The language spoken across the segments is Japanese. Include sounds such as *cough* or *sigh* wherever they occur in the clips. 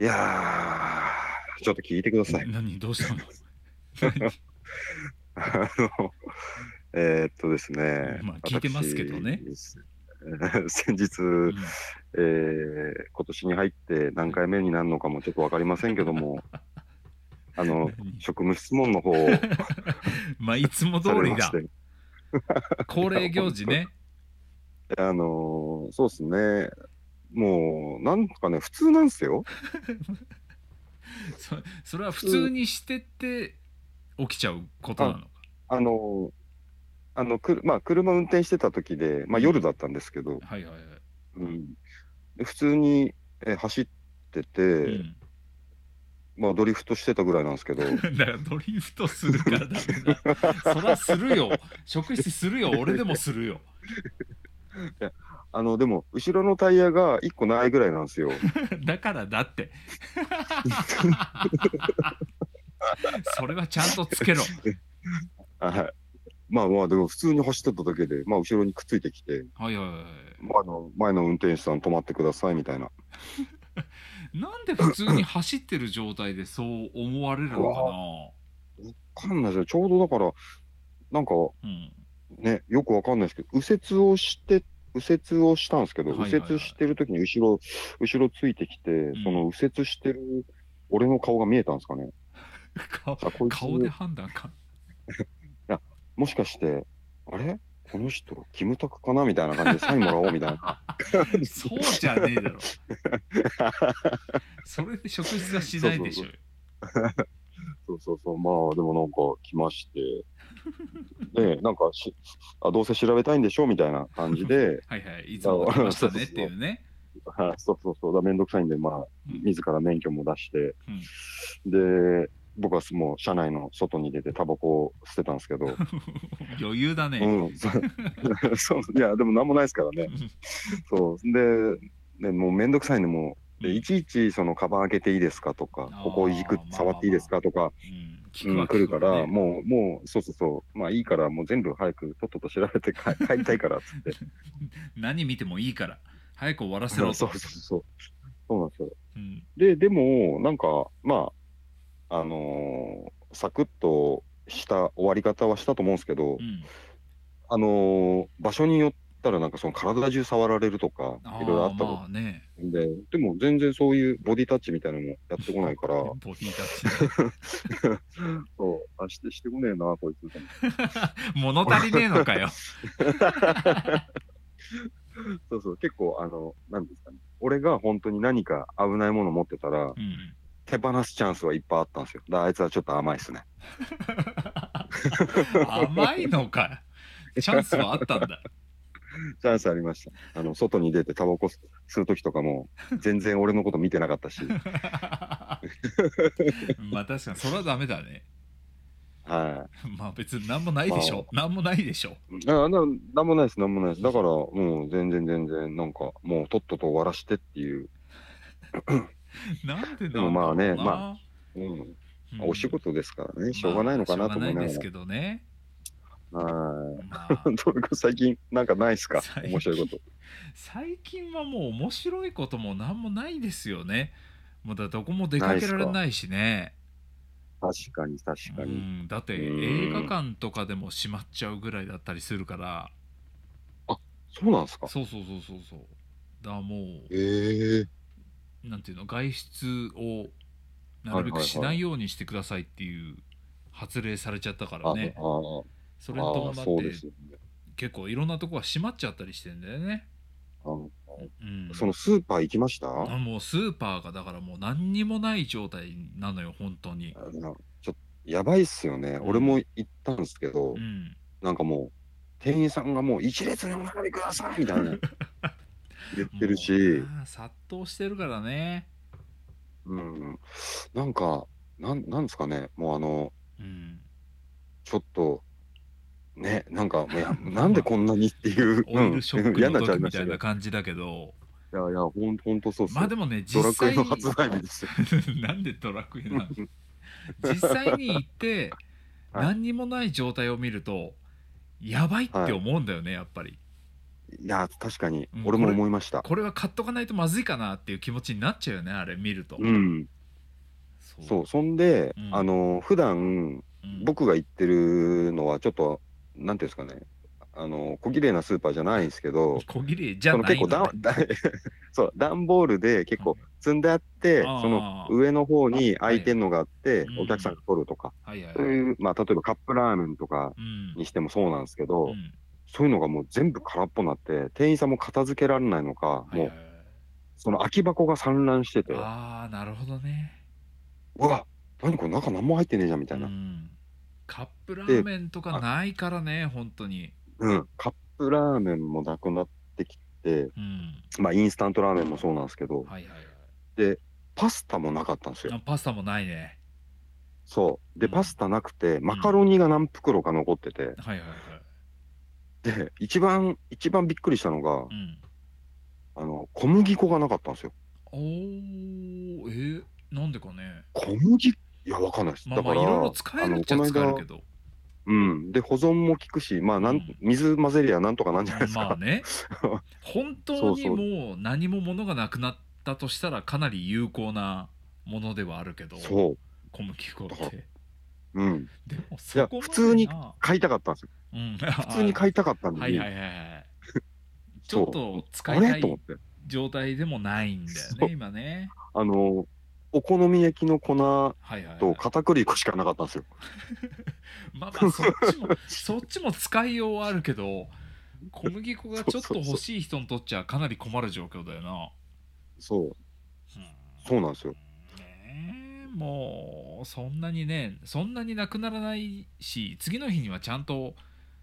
いやー、ちょっと聞いてください。何どうしたの *laughs* あの、えーっとですね。まあ聞いてますけどね私。 *laughs* 先日、えー今年に入って何回目になるのかもちょっとわかりませんけど *laughs* も、あの、何職務質問の *laughs* 方をさまあいつも通れりまだし。て、恒例行事ね。あのーそうですね。もう、なんかね、普通なんですよ。そそれは普通にしてって起きちゃうことなのか。あのーあの、くるまあ、車運転してた時で、まあ、夜だったんですけど、はいはいはい。うん、で普通に、えー走ってて、うんまあ、ドリフトしてたぐらいなんですけど、 *laughs* *laughs* だからドリフトするからダメだ。そらするよ。職質するよ。俺でもするよ。 *laughs* あの、でも、後ろのタイヤが1個ないぐらいなん *laughs* ですよ。だからだって。 *laughs* それはちゃんとつけろ。はい。まあまあ、でも普通に走ってただけで、まあ、後ろにくっついてきて、はいはいはまあ、あの前の運転手さん止まってくださいみたいな。い。なんで普通に走ってる状態でそう思われるのかわかんないですよ。ちょうどだから、なんかな。うん。ね、よくわかんないですけど、右折をして、右折をしたんですけど、はいはいはい右折してる時に後ろ、後ろついてきて、んその右折してる俺の顔が見えたんですかね。 *laughs* 顔あこいつ顔で判断か。もしかして、あれこの人、キムタクかなみたいな感じでサインもらおうみたいな。 *laughs* そうじゃねえだ *laughs* ろ。それで職質はしないでしょうよ。、そうそうそう、まあでもなんか来まして、ねえなんかしあ、どうせ調べたいんでしょみたいな感じで *laughs* はいはい。いつも来ましたねっていうね。はいそうそうそう、だめんどくさいんで、まあ、うん自ら免許も出して、で、僕はもう車内の外に出て、タバコを捨てたんです *laughs* けど、余裕だうね。ん、そう *laughs* そういや、でもなんもないですからね、そう、で、ね、もうめんどくさいんで、もう、でいちいち、その、カバン開けていいですかとかあー、ここいくまあまあまあ触っていいですかとか、うんうん、来るから、ねもう、もう、そうそうそう、まあいいから、もう全部早くとっとと調べて *laughs* か帰りたいからっつって。何見てもいいから早く終わらせそろうそとう。そう。そうなんですよ。うんで、でも、なんか、まあ、あのーサクッとした終わり方はしたと思うんですけど、うんあのー場所によったら、なんかその体中触られるとか、あいろいろあーったこまあね。とで、でも全然そういうボディタッチみたいなのもやってこないから、ボディタッチ。そう、あ、して、してこねえな、こいつ。物足りねえのかよ。そうそう、結構、あの、なんですかね。俺が本当に何か危ないもの持ってたら、 *laughs* うん手放すチャンスはいっぱいあったんですよ。だからあいつはちょっと甘いですね。甘いのかよ。チャンスはあったん *laughs* だ。チャンスありました。あの、外に出てタバコ吸吸う時とか *laughs* も、全然俺のこと見てなかったし、まあ確かにそれはダメだね。は *laughs* まあ別に何もないでしょ。何もないでしょ。い。な、な、なんもないです、なんもないです。だから、もう全然全然、なんか、もうとっとと終わらしてっていう、なんでなんでだろもうまあねな *laughs* まうん、うんお仕事ですからね、しょうがないのかなと思いまあしょうがないなですがけ *laughs* どね。ら。はい。ま *laughs* あどれか最近、なんかないっすか最近面白いこと。最近はもう面白いことも何もないですよね。もうだどこも出かけられないしね。確かに、確うかに。ん、だってうん映画館とかでも閉まっちゃうぐらいだったりするから。そうなんですかそうそうそうそうそう。だからもええー。う、なんていうの、外出をなるべくしないようにしてくださいっていう発令されちゃったからね。ああそれに伴ああっそうてですよね。結構いろんなとこが閉まっちゃったりしてんだよね。あのうん、そのスーパー行きましたあもうスーパーがだからもう何にもない状態なのよ本当に、あのちょっとやばいっすよね。俺も行ったんですけど、うん、なんかもう、店員さんがもう一列にお並びくださいみた *laughs* いな言ってるしもう、なあ殺到してるからね、うん、なんか、なんなんですかね、もうあの、うん、ちょっと、ね、なんか、い *laughs* やなんでこんなにっていう、オイルショック嫌にのなっちゃい時みましたたいけど、ない感じだけどやいや、ほんほんとそうっすよまあでもね実ドラク際エにの発売日ですよ。 *laughs* なんでドラクエなの実際に行ってはい何にもない状態を見るとやばいって思うんだよねやっぱりいや確かにうん俺も思いましたこれは買っとかないとまずいかなっていう気持ちになっちゃうよねあれ見ると、うんそそうそんで、うんあの普段うん僕が行ってるのはちょっとなんていうんですかねあの小綺麗なスーパーじゃないんですけど小切れじゃそのない結ん構だダン *laughs* そう段ボールで結構積んであって、あーその上の方に空いてんのがあって、はいお客さんが取るとか、はいはいそうはいいう、まあ、例えばカップラーメンとかうんにしてもそうなんですけど、うんそういうのがもう全部空っぽになって店員さんも片付けられないのか、はいもはいうその空き箱が散乱しててああなるほどねうわ何これ中何も入ってねえじゃんみたいな、ううんんカップラーメンとかでないからね本当にカップラーメンもなくなってきて、うんまあ、インスタントラーメンもそうなんですけどはいはいはいパスタもなかったんですよあパスタもないねそうでうんパスタなくてマカロニが何袋か残ってて、はいはいはいで一番一番びっくりしたのがう、んあの小麦粉がなかったんですよおーえー、なんでかね小麦いやわかんないです、まあまあいだからろいろ使えるっちゃあの使えこるのけ間どうん、で保存も効くし、まあなん、うん水混ぜりゃなんとかなんじゃないですか、ま *laughs* あね本当にそうもう何も物がなくなったとしたらかなり有効なものではあるけどそ小麦粉っだかてう、うん、でもそこまで普通にな買いたかったんですようん、普 *laughs* 通に買いたかったのに、はいはいはいはいちそょうっと使いあたれと思っいて状態でもないんだよそねう今ねあのお好み焼きの粉はいはい、はとい、片栗粉しかなかったんですよまあまあそっちもそっちも使いようはあるけど小麦粉がちょっと欲しい人にとっちゃかなり困る状況だよなそううんそうなんですよねえもうそんなにねそんなになくならないし次の日にはちゃんと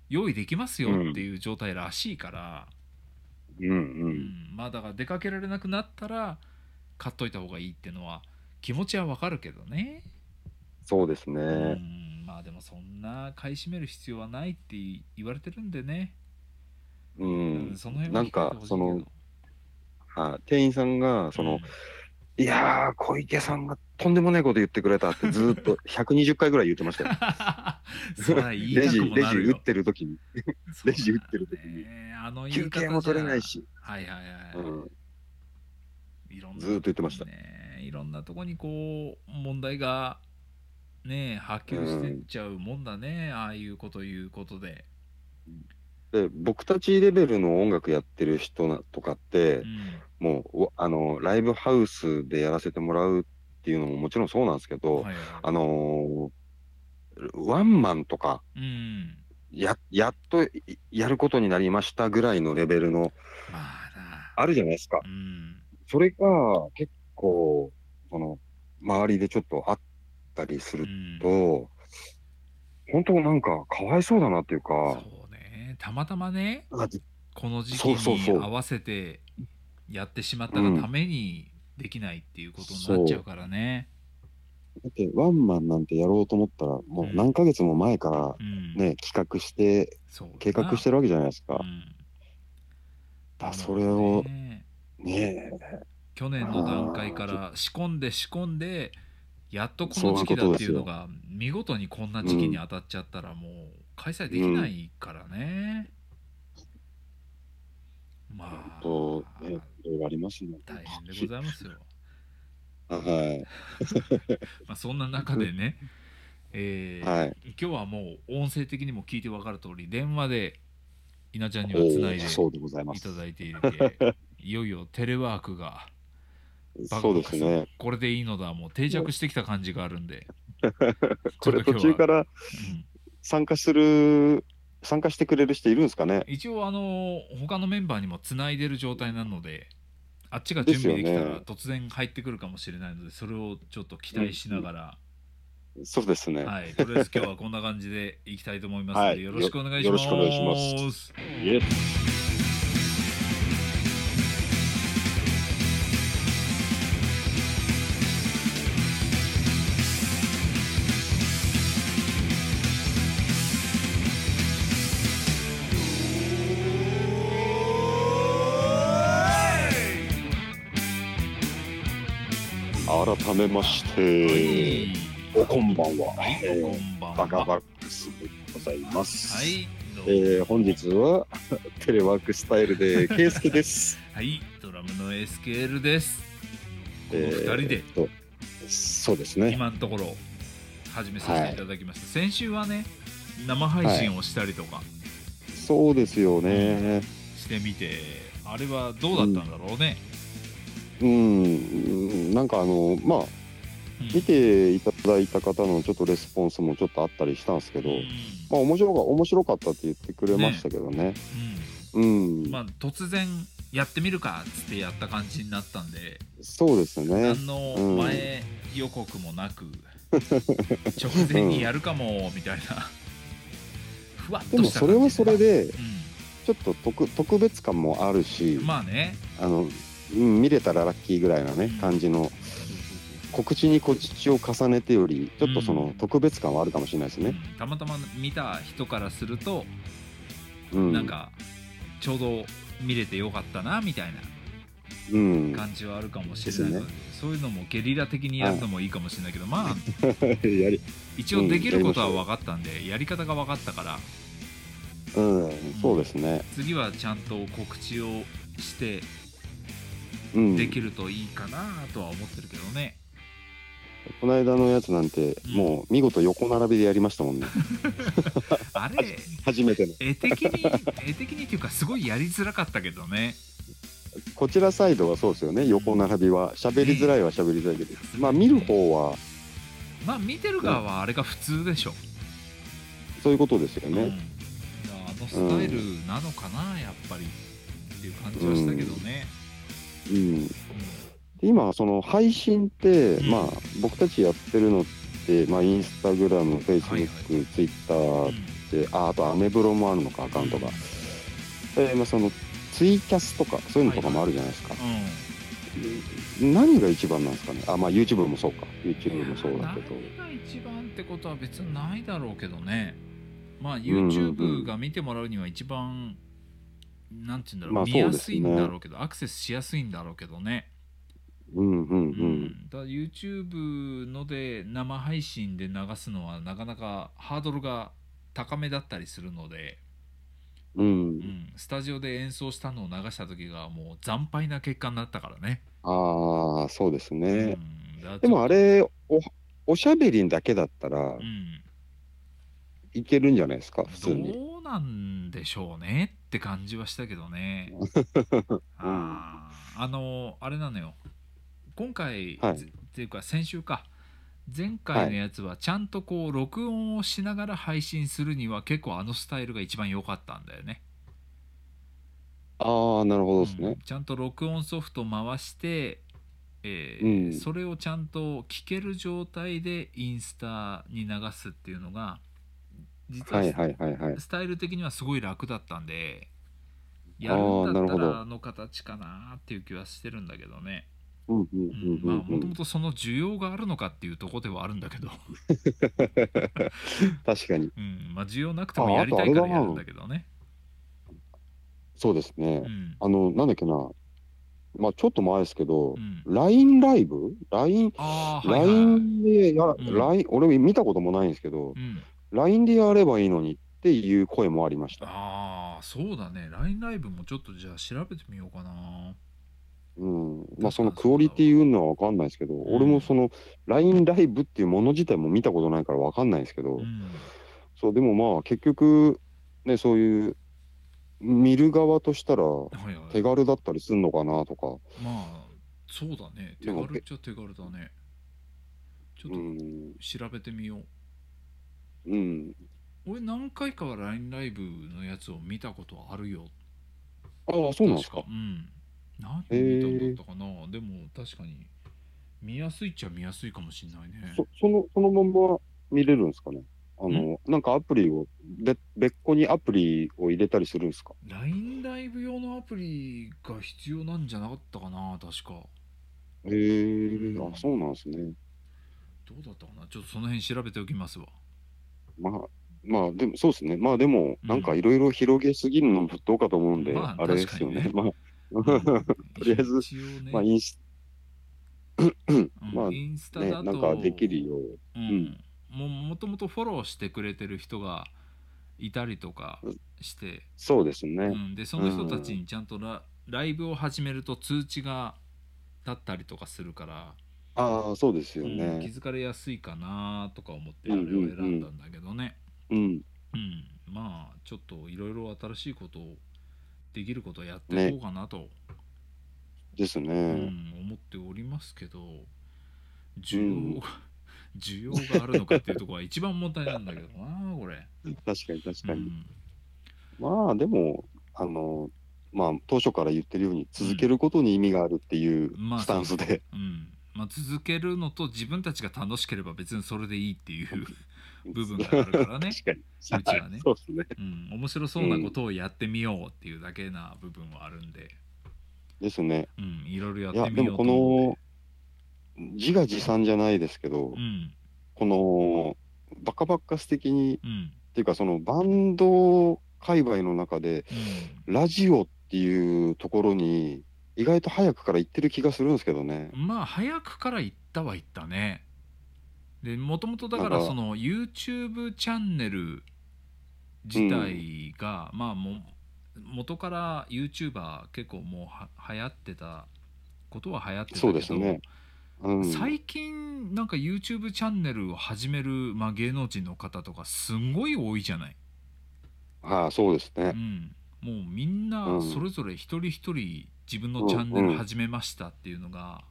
用意できますよっていう状態らしいから、うんううんんまあだから出かけられなくなったら買っといた方がいいっていうのは気持ちはわかるけどね、そうですね、うんまあでもそんな買い占める必要はないって言われてるんでね、うんうんその辺はなんか控えてほしいけどそのはい店員さんがその、いやー小池さんがとんでもないこと言ってくれたってずーっ *laughs* と120回ぐらい言ってましたようん *laughs* そりゃ *laughs* 言いレたジくもレなジる打よってる時にレジ打ってる時にそうだよねあの言い方休憩も取れないし、はいはいはい、うん、いろんなずーっと言ってましたとこにねいろんなとこにこう問題がね波及してっちゃうもんだね、ああいうこということで、で僕たちレベルの音楽やってる人なとかって、うんもうおあのライブハウスでやらせてもらうっていうのももちろんそうなんですけど、はいはいあのーワンマンとかうんややっといやることになりましたぐらいのレベルのまあなあるじゃないですかうんそれが結構その周りでちょっとあったりすうるんと、本当なんかかわいそうだなっていうかそうねたまたまねだってこの時期そうそうにそう合わせてやってしまったがためにできないっていうことになっちゃうからね、だってワンマンなんてやろうと思ったらもう何ヶ月も前からうんね、企画してそう計画してるわけじゃないですかう。んあそれをねね去年の段階から仕込んで仕込んでやっとこの時期だっていうのが見事にこんな時期に当たっちゃったらもう開催できないからね、まあ本当ねいろいろありますね。大変でございますよ、はいまあ、そんな中でね、えーはい。今日はもう音声的にも聞いて分かる通り電話で稲ちゃんにはおつないーでそうでございまいすた。だいていていよいよテレワークがバカそうバでカすね。これでいいのだもう定着してきた感じがあるんで、*laughs* これ途中かららうん参加する参加してくれる人いるんですかね。一応あの他のメンバーにもつないでる状態なのであっちが準備できたですよらね突然入ってくるかもしれないのでそれをちょっと期待しながら、そうですね。はい、とりあえず今日はこんな感じでいきたいと思いますので、はいよろしくお願いしよろますしくお願いしますイエス改めまして、おこんばんは。えーこんばんはバカバックスでございます。はい、どうもえー本日は *laughs* テレワークスタイルでケイスケ *laughs* です。はいドラムの SKL ですこのえ2人ーでとそうですね。今のところ始めさせていただきました、先週はね生配信をしたりとかそうですよね。してみて、あれはどうだったんだろうね、うん、うんなんかあのまあうん見ていただいた方のちょっとレスポンスもちょっとあったりしたんですけど、うまあ面白が面白かったって言ってくれましたけどね。うん、んまあ、突然やってみるかっつってやった感じになったんでそうですね。何の前予告もなく、 *laughs* 直前にやるかもみたいなふわっでともしたそ感じれはそれ、でうちょっと特特別感もあるしん、、まあねあのうん見れたらラッキーぐらいなね感じの告知に告知を重ねてよりちょっとそうんの特別感はあるかもしれないですね。うんたまたま見た人からすると、うん、なんかちょうど見れてよかったなみたいうん、な感じはあるかもしれないので、そういうのもゲリラ的にやるのもいいかもしれないけど、まあ *laughs* やり一応できることは分かったんで、やり方が分かったからうんそうですね。次はちゃんと告知をしてうん、できるといいかなとは思ってるけどね、この間のやつなんてうんもう見事横並びでやりましたも *laughs* んね。あれ初めての。絵的 *laughs* に絵的にっていうかすごいやりづらかったけどねこちらサイドはそうですよね。横並びは喋りづらいは喋りづらいけど、まあ見る方はまあ見てる側はあれが普通でしょ、そういうことですようんいやね。あのスタイルなのかな、やっぱりっていう感じはしたけどね、うん。今その配信って、うんまあ僕たちやってるのってまあインスタグラム、フェイスブはいッはク、ツイッタうんーってああとアメブロもあるのかアカウントが。えまあそのツイキャスとかそういうのとかもあるじゃないですか。う何が一番なんですかね。あまあ YouTube もそうか。YouTube もそんうだけど。何が一番ってことは別にないだろうけどねまあうんうんう YouTube んが見てもらうには一番なんて言うんだろう、まあ見そうやですすねいんだろうけどアクセスしやすいんだろうけどねうんうんう。うんん、だから YouTube ので生配信で流すのはなかなかハードルが高めだったりするので、う。うんん、スタジオで演奏したのを流した時がもう惨敗な結果になったからね。ああそうですね。うん、だからちょっとでもあ、れおおしゃべりだけだったらうん、いけるんじゃないですか普通に。どうなんでしょうねって感じはしたけど *laughs* ね。あーあのあれなのよ今回、はいぜっていうか先週か前回のやつはちゃんとこう録音をしながら配信するには結構あのスタイルが一番良かったんだよね。ああなるほどですうんね。ちゃんと録音ソフト回して、えうーんそれをちゃんと聞ける状態でインスタに流すっていうのが実ははいはいはいはい。スタイル的にはすごい楽だったんでやあるーんだっなたるほらどあの形かなっていう気はしてるんだけどねうんうんうんうんまあうんもうとんも。とその需要があるのかっていうとこではあるんだけど、確かにうん、まあ需要なくてもやりたいからやるんだけどねそうですねう。んあのなんだっけな。まあちょっと前ですけどう、ん LINE ライブ ?LINE ああはいはい、う LINE ん、でや、ん LINE 俺見たこともないんですけど、LINE でやればいいのにっていう声もありました。ああそうだね LINE ライブもちょっとじゃあ調べてみようかなうん、まあその確かにそうだわクオリティ云々は分かんないですけど、俺もその LINE ライブっていうもの自体も見たことないから分かんないですけど、うんそうでもまあ結局ねそういう見る側としたらはいは手い軽だったりするのかなとか、まあそうだね手軽っちゃ手軽だねちょうっんと調べてみよううん、俺何回かは LINE ライブのやつを見たことあるよああそうなんですか確うん何を見たんだったかな、でも確かに見やすいっちゃ見やすいかもしんないねそそのそのまんま見れるんですかねあのなんかアプリをで別個にアプリを入れたりするんですか LINE ライブ用のアプリが必要なんじゃなかったかな確かへえあそうなんですねどうだったかなちょっとその辺調べておきますわまあまあでもそうですねまあでもうんなんかいろいろ広げすぎるのもどうかと思うんで、まああ、れですよね確まあ、うん *laughs* とりあえず一応 *laughs* ね、まあインスうんまあインスタねだと、なんかできるよううんももともとフォローしてくれてる人がいたりとかして、そうですうね。ん、でその人たちにちゃんとラ,、ライブを始めると通知が立ったりとかするから、ああ、そうですようん気ね。づかれやすいかなとか思ってあうれんをうん選うんんだんだけどね、うん。うんまあちょっといろいろ新しいことをできることをやっていこうかなと、ですうね。ん、思っておりますけど需要が、 *laughs* 需要があるのかっていうところは一番問題なんだけどなこれ。確かに確うかに。んまあでも、あの、まあ当初から言ってるように続けることに意味があるっていうまあスタンスで、うんまあ、続けるのと自分たちが楽しければ別にそれでいいっていう、部分があるからね確かに。ちはねそうですね。うん、面白そうなことをやってみようっていうだけな部分はあるんで、ですね。うん、いろいろいやや、ってでみよもうとこ思の、自画自賛じゃないですけどう、んこの、バカバカ素敵に、っうんうんていうかそのバンド界隈の中で、ラジオっていうところに、意外と早くから行ってる気がするんですけどね。うん、まあ早くから行ったは行ったねでもともとだからなんかその YouTube チャンネル自体が、まあも元から YouTuber 結構もうは流行ってたことは流行ってたけそうどですね。うん。最近なんか YouTube チャンネルを始める、まあ、芸能人の方とかすんごい多いじゃない、はい、そうですうね。ん、もうみんなうんそれぞれ一人一人自分のチャンネル始めましたっていうのが、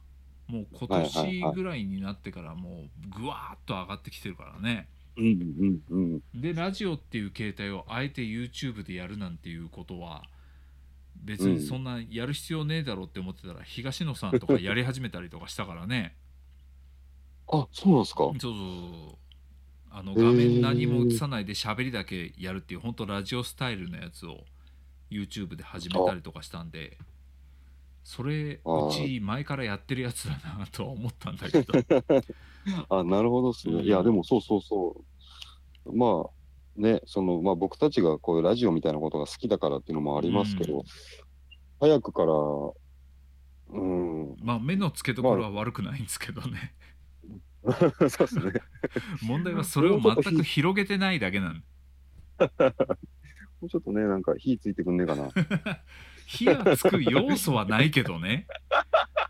もう今はいはい年はいぐらいになってからもうぐわーっと上がってきてるからねうんうんうん。でラジオっていう形態をあえて YouTube でやるなんていうことは別にそんなやる必要ねえだろうって思ってたら東野さんとかやり始めたりとかしたからねあ、そうなんですか。そうそうそうあのへー画面何も映さないで喋りだけやるっていう本当ラジオスタイルのやつを YouTube で始めたりとかしたんでそれあーうち前からやってるやつだなとは思ったんだけ *laughs* どあ、なるほどですね。いや、でもそうそうそう。まあ、ね、その、まあ僕たちがこういうラジオみたいなことが好きだからっていうのもありますけど、うん早くから、 *laughs* うん、まあ目の付けどころは悪くないんですけどねそうですね。問題はそれを全く広げてないだけなんもうちょっとね、なんか火ついてくんねえか *laughs* な。火がつく要素はないけどね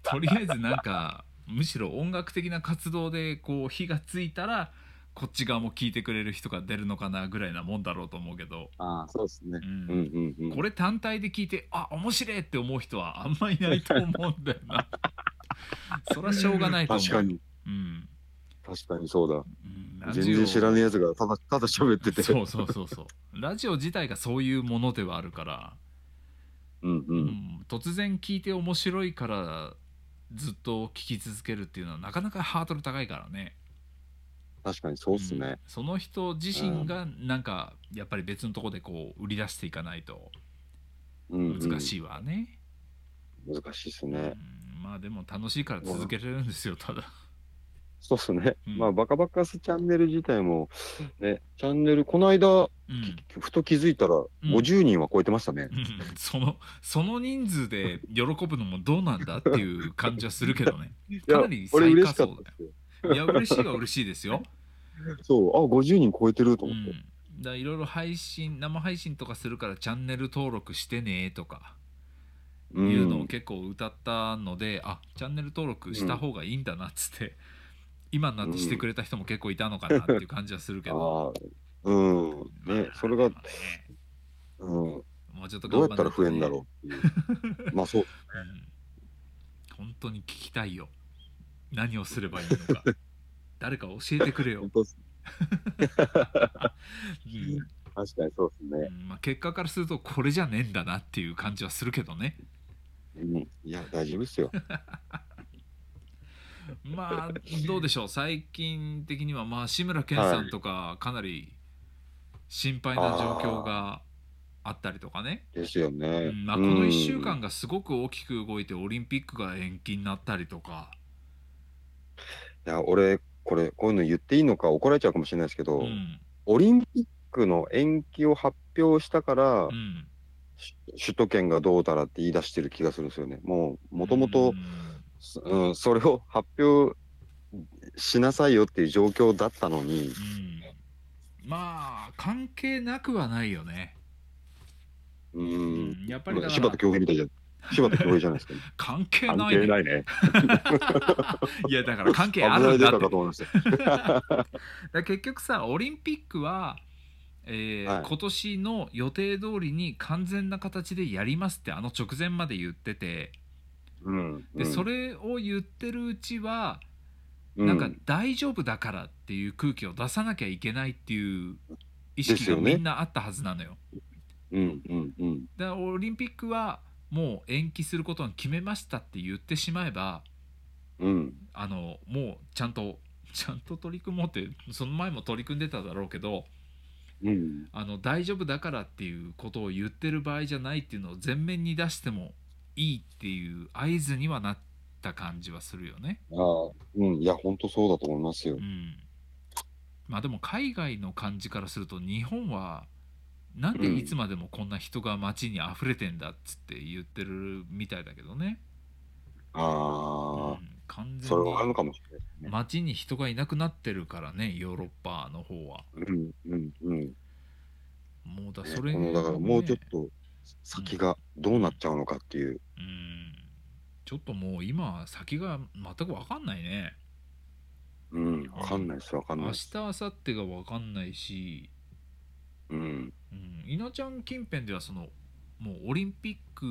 とりあえずなんかむしろ音楽的な活動でこう火がついたらこっち側も聞いてくれる人が出るのかなぐらいなもんだろうと思うけど、ああ、そうですねうう。んんうんうん。これ単体で聞いてあ面白いって思う人はあんまいないと思うんだよ *laughs* なそれはしょうがないと思う確かに、うん確かにそううんだ。ラジオ全然知らねえやつがただ、ただ喋ってて。そうそうそうそうラジオ自体がそういうものではあるからうんう。うんん、突然聞いて面白いからずっと聞き続けるっていうのはなかなかハードル高いからね確かにそうっすうんね。その人自身がなんかやっぱり別のとこでこう売り出していかないとうんうん。難しいわね、難しいっすうんね。まあでも楽しいから続けられるんですよただそうっすね。うんまあ、バカバカスチャンネル自体も、ね、チャンネル、この間、うん *laughs* ふと気づいたら、50人は超えてましたねう。んそのその人数で喜ぶのもどうなんだっていう感じはするけどねいやかなり、俺最嬉下しか層っだよたですよ。いや嬉しいは嬉しいですよそう、あ、50人超えてるとう思って。ん、だいろいろ配信生配信とかするからチャンネル登録してねとかういんうのを結構歌ったので、あチャンネル登録した方がいいんだなっつって、今になってしてくれた人も結構いたのかなっていう感じはするけど、ああ、うん。ね、それがま、あねうん、もうちょっとどうや頑張ったんならくて増えんだろうっていう。 *laughs* まあ、そう。うん本当に聞きたいよ何をすればい *laughs* いのか誰か教えてくれよ、本当っすうん確かにそうですね。まあ、結果からするとこれじゃねえんだなっていう感じはするけどねうん。いや、大丈夫ですよ。 *laughs* まあどうでしょう最近的にはまあ志村けんさんとかかなり心配な状況があったりとかね、ですよね。うんまあ、この1週間がすごく大きく動いてオリンピックが延期になったりとか、うん。いや、俺、これ、こういうの言っていいのか怒られちゃうかもしれないですけど、うんオリンピックの延期を発表したから、うん、し首都圏がどうだらって言い出してる気がするんですよね。もう、もともとうん、そ *laughs* うん、それを発表しなさいよっていう状況だったのに、うんまあ関係なくはないよね、う。うんん、やっぱりだか柴ら田恭平みたいじゃん。柴田恭平じゃないですか。関係関 *laughs* ない,、係ないね。 *laughs* いやだから関係あ油るで出んだたってかと思いました。 *laughs* だから結局さオリンピックは、えーはい今年の予定通りに完全な形でやりますってあの直前まで言っててうん。で、うんそ、れを言ってるうちは、うなんか大丈夫だからっていう空気を出さなきゃいけないっていうで意す識がよねみんなあったはずなのよ。うんうんうん。だからオリンピックはもう延期することに決めましたって言ってしまえばうん。あのもうちゃんとちゃんと取り組もうってその前も取り組んでただろうけどうん。あの大丈夫だからっていうことを言ってる場合じゃないっていうのを前面に出してもいいっていう合図にはなった感じはするよね。ああ、うん。いや、本当そうだと思いますよう。ん、まあでも海外の感じからすると日本はなんでいつまでもこんな人が街に溢れてんだっつって言ってるみたいだけどね、うああ、ん、完そ全れはあるにかもしれないで街に人がいなくなってるからねヨーロッパの方はすね。うんうんうん。もうだねそれこねのだからもうちょっと先がどうなっちゃうのかっていう、うんちょっともう今先が全く分かんないねうん、わかんないです、わかんない明で日す。明後日が分かんないしうん、うん、稲ちゃん近辺ではそのもうオリンピック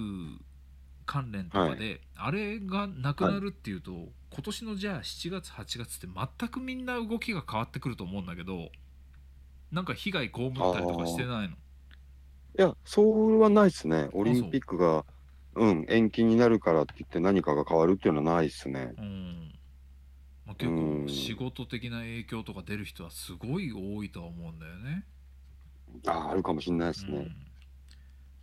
関連とかで、あれがなくなるっていうと、今年のじゃあ7月8月って全くみんな動きが変わってくると思うんだけどなんか被害被ったりとかしてないのいや、そうはないですね。オリンピックが、うん、延期になるからって言って何かが変わるっていうのはないですね。うん、まあ、結うん構仕事的な影響とか出る人はすごい多いとは思うんだよねああ、あるかもしれないですうね。ん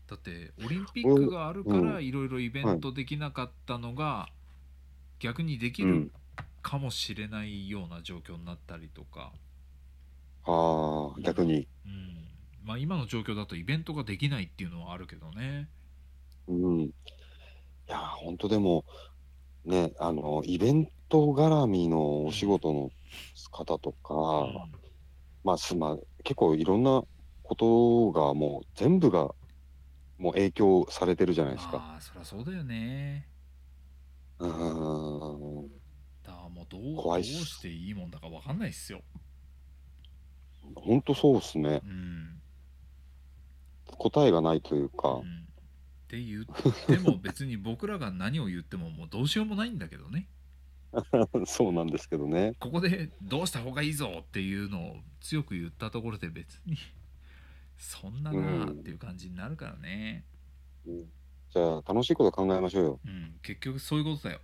だってオリンピックがあるかうらいろいろイベントできなかったのが逆にできうん。るかもしれないような状況になったりとか、ああ、逆に。うんまあ、今の状況だとイベントができないっていうのはあるけどね。うん。いやー、本当でも、ね、あの、イベント絡みのお仕事の方とうか、んまあ、すま、結構いろんなことがもう全部が、もう影響されてるじゃないですか。ああそりゃそうだよね。うーん。だからもうどう怖いっどうすしていいもんだか分かんないっすよ。本当そうですね。うん答えがないというかう、んって言っても別に僕らが何を言ってももうどうしようもないんだけどね。 *laughs* そうなんですけどね。ここでどうした方がいいぞっていうのを強く言ったところで別にそんななあっていう感じになるからね、じゃあ、楽しいこと考えましょうよ。うん結局そういうことだよ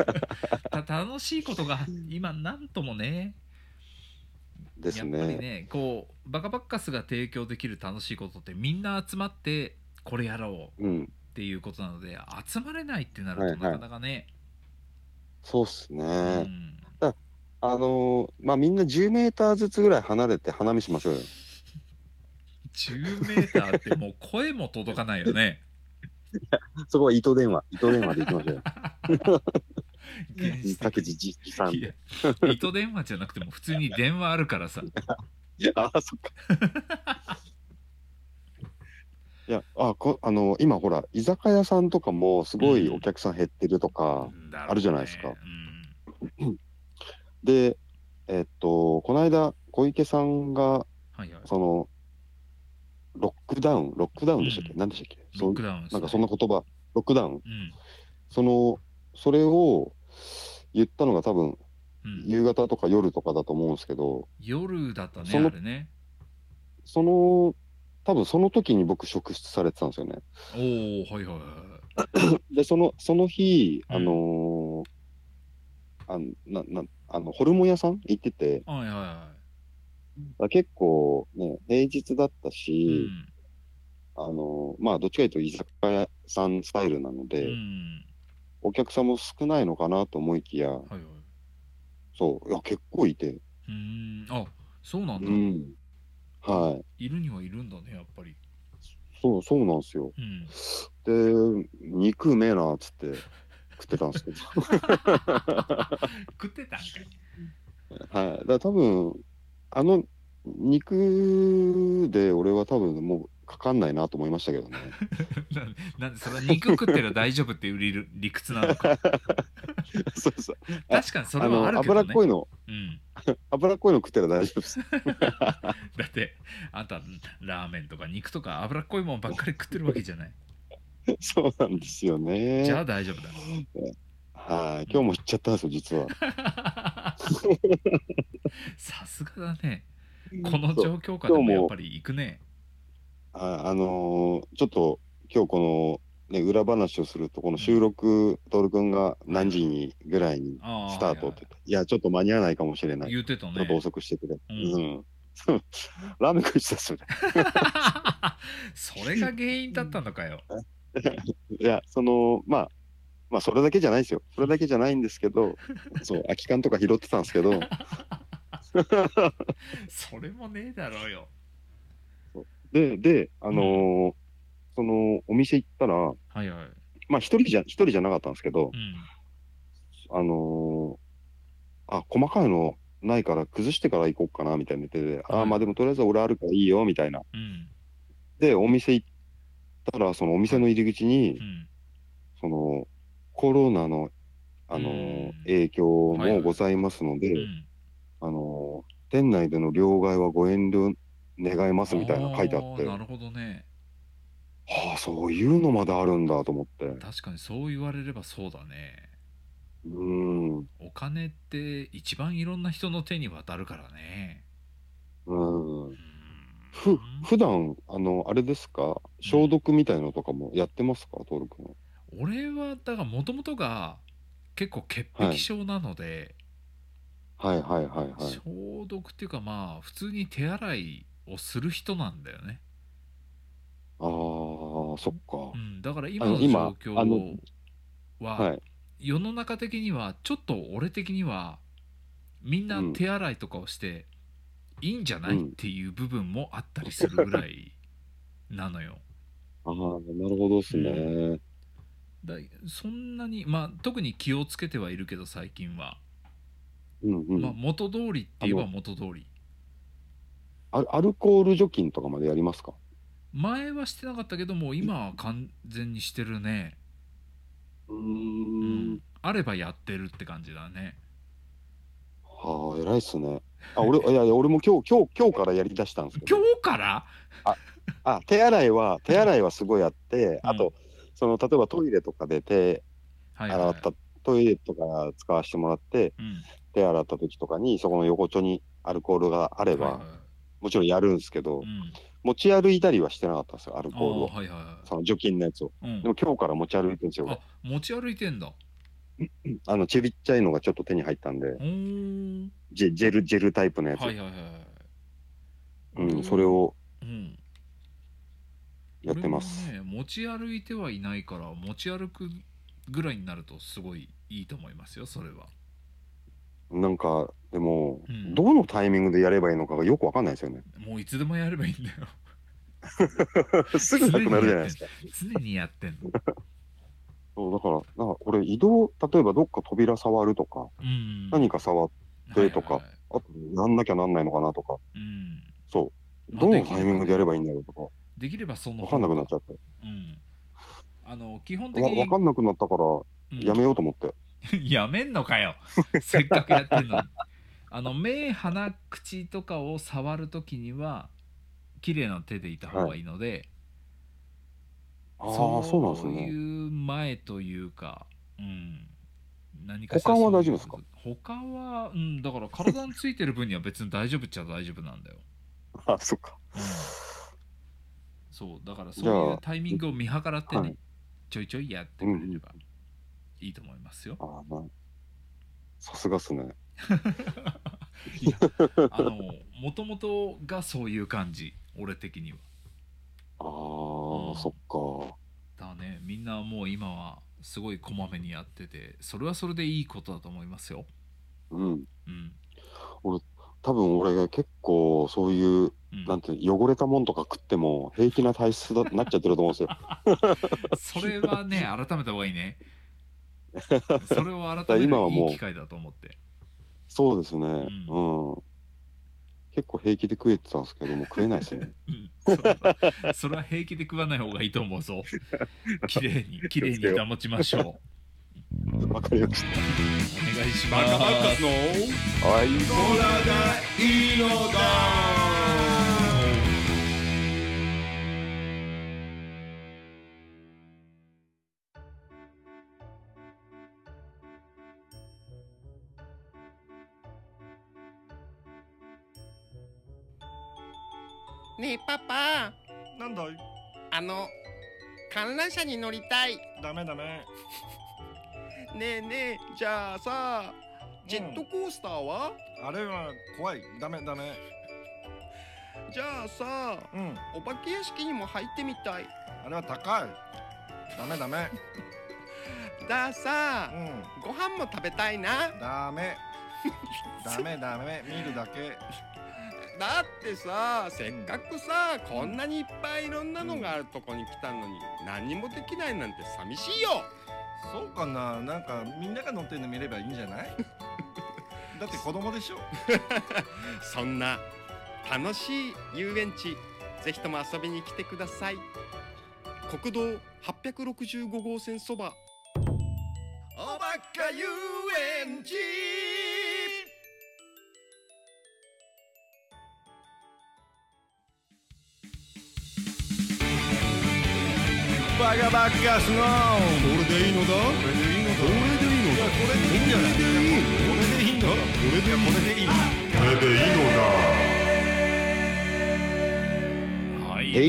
*laughs* た楽しいことが今なんともねですやっぱりね。ねこうバカバッカスが提供できる楽しいことってみんな集まってこれやろううん。っていうことなので集まれないってなるはいとはいなかなかね、そうっすね。うんあのーまあ、みんな10メーターずつぐらい離れて花見しましょうよ。 10メーターってもう声も届かないよね *laughs* そこは糸電話、糸電話で行きましょう *laughs* よ。原始的各自自持参いで。や糸電話じゃなくても普通に電話あるからさ、ああ、そっか。 *laughs* いや、あ、こあの今ほら、居酒屋さんとかもすごいお客さん減ってるとか、 *laughs* あるじゃないですかうんで、えっと、この間、小池さんが、はいはいその、ロックダウン、ロックダウンでしたっけ、うん何でしたっけロそッうクダウンですなねんかそんな言葉、ロックダウン、うんその、それを言ったのが多分、うん、夕方とか夜とかだと思うんですけど、夜だったねそのあれねその、多分その時に僕、職質されてたんですよね。おおはいはいはいで、その、その日、うんあのーあのななあのホルモン屋さん行ってて、はいはいは結構ね、平日だったいし、あのまあ、どっちかというと居酒屋さんスタイルなので、うん、うん、お客さんも少ないのかなと思いきや、はいはいそう、いや、結構いて、うーんあそうなんうだ、ん、はい、いるにはいるんだねやっぱりそう、そうなんですよ。うんで、肉うめえなっつって食ってたんですけ *laughs* ど、食ってたんかいはい、だから多分あの肉で俺は多分もうかかんないなと思いましたけどね。ななんでそれは肉食ってら大丈夫っていう理る理屈な *laughs* のか *laughs* そうそう。確かにそれあはあの、るけ脂どっねこいの、うん、脂っこいの食ったら大丈夫 *laughs* です。 *laughs* だってあんたラーメンとか肉とか脂っこいもんばっかり食ってるわけじゃないそうなんですよね。じゃあ大丈夫だ *laughs* はい、今日も行っちゃったんですよ、実は。さすがだねこの状況下でそう今も日もやっぱり行くねああのーちょっと今日この、ね、裏話をすると、この収録、徹君が何時にぐらいにああスタートって言って、いや、ちょっと間に合わないかもしれない。ち言ってたょっとね遅くしてくれ。ううんん。 *laughs* ラーメン食いしたっすよね。 *laughs* それが原因だったのかよいや、その、まあ、まあ、それだけじゃないですよ。それだけじゃないんですけ *laughs* ど、そう、空き缶とか拾ってたんですけど、それもねえだろうよで、で、あのーその、お店行ったら、はいはいまあ、一人じゃ、一人じゃなかったんですけどう、んあのーあ、細かいのないから崩してから行こうかな、みたいな言ってて、あはあ、いまあでもとりあえず俺あるからいいよ、みたいな。うんで、お店行ったら、そのお店の入り口にう、んその、コロナの、あのうーん影響はいはいもございますのうで、んあのー店内での両替はご遠慮願いますみたいな書いてあって、ーなはるほどねあ、そういうのまであるんだと思って。う確かにそう言われればそうだねーん、お金って一番いろんな人の手に渡るからねうん。うふん、普段、あの、あれですか、消毒みたいのとかもやってますか、トール君は。俺はだからもともとが結構潔癖症なので、はいはいはいはい。消毒っていうかまあ普通に手洗いをする人なんだよね、ああ、そっうか。ん、だから今あのの今状あ況のは、はい。世の中的にはちょっと俺的にはみんなうん手洗いとかをしていいんじゃない、うんっていう部分もあったりするぐらいなのよ。ああ、なるほどですね。だそんなにまあ特に気をつけてはいるけど最近は、うんうまあん。元通りって言えばあ元通りあアルコール除菌とかまでやりますか前はしてなかったけどもう今は完全にしてるね、うー。うんあればやってるって感じだねはあ、偉いっすね。あ、俺、いやいや、俺も今日、今日、今日からやりだしたんですけ今ど。日からあ、手洗いは、手洗いはすごいやって、うんあと、その、例えばトイレとかで手はいはい洗った、トイレとか使わせてもらって、うん手洗った時とかに、そこの横丁にアルコールがあれば、はいはいもちろんやるんですけど、うん、持ち歩いたりはしてなかったんですよ、アルあコールあを。はいはいはその除菌のやつを。い、うんでも今日から持ち歩いてるんですあよ。持ち歩いてんだあの、ちびっちゃいのがちょっと手に入ったんで、おージェジェル、ジェルタイプのやつ。はいはいはいはいうん、それ、をうん、やってます。俺もね、持ち歩いてはいないから持ち歩くぐらいになるとすごいいいと思いますよそれはなんか、でも、うんどのタイミングでやればいいのかがよくわかんないですよ *laughs* ね。もういつでもやればいいんだよ *laughs* すぐなくなるじゃないですか。常にやってんのそうだから、なんか俺、移動、例えばどっか扉触るとか、うん何か触っはいはいはといかあとやんなきゃなんないのかなとか、うんそう、あどでのきるタイミングでやればいいんだろうとか、できればそのわかんなくなっちゃって。うんあの基本的わにわかんなくなったから、やめようと思って。うん *laughs* やめんの *laughs* かよせっかくやってんのにあの目鼻口とかを触るときには綺麗な手でいた方がいいので、ああ、そうなんですそうね。いう前というか、うん、何か保管は大丈夫ですか他は、うん、だから体についてる分には別に大丈夫っちゃ大丈夫なんだよ。あ、そっか。うんそう、だからじそうゃいうあタイミングを見計らってね、はいちょいちょいやってくれればいいと思いますよ。ああ、なさすがっすね。いや、あの、もともとがそういう感じ、俺的には。ああ、うんそっか。だね、みんなもう今はすごいこまめにやってて、それはそれでいいことだと思いますよ。うん。うん。多分俺が結構そういう、うん、なんていうの汚れたもんとか食っても平気な体質だなっちゃってると思うんで *laughs* すよ。それはね、改めた方がいい *laughs* ね。それを改め今るはもういい機会だと思って。そうですね。ううんん。結構平気で食えてたんですけどもう食えないですねうんそうだそれは平気で食わない方がいいと思うぞ綺麗に綺麗に保ちましょうおわかりまし願いしバまカバカすのたはいドラがいいのだねえパパなんだいあの観覧車に乗りたいダメダメねえねえじゃあさジェットコースターは、あれは怖いダメダメじゃあさうんお化け屋敷にも入ってみたいあれは高いダメダメだうさんご飯も食べたいなダメダメダメ見るだけだってさせっかくさこんなにいっぱいいろんなのがあるとこに来たのに何にもできないなんて寂しいよそうかななんかみんなが乗ってるの見ればいいんじゃないだって子供でしょそんな楽しい遊園地ぜひとも遊びに来てください国道865号線そばおばっか遊園地バカバカスノこーれでいいのだこれでいいのだこれでいいのだこれでいいんじゃないこれでいいんだここれでいいのだれでいいこれでいいのだはいえい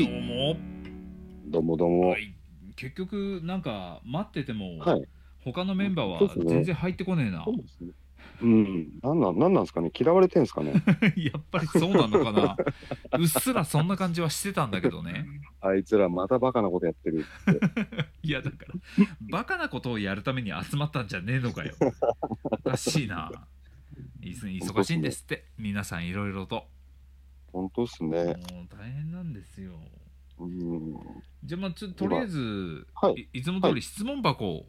どどううももどうも、はい結局なんか待ってても、はい他のメンバーはそうですね全然入ってこねえな、そうですねうん、なんなんなんなんですかね嫌われてんすかね *laughs* *laughs* やっぱりそうなのかなうっすらそんな感じはしてたんだけどねあいつらまたバカなことやってるいやだからバカなことをやるために集まったんじゃねえのかよおかしいないいっすね忙しいんですって皆さんいろいろと本当っすもうね大変なんですようんじゃあまあちょっととりあえず、はいい、いつも通り質問箱を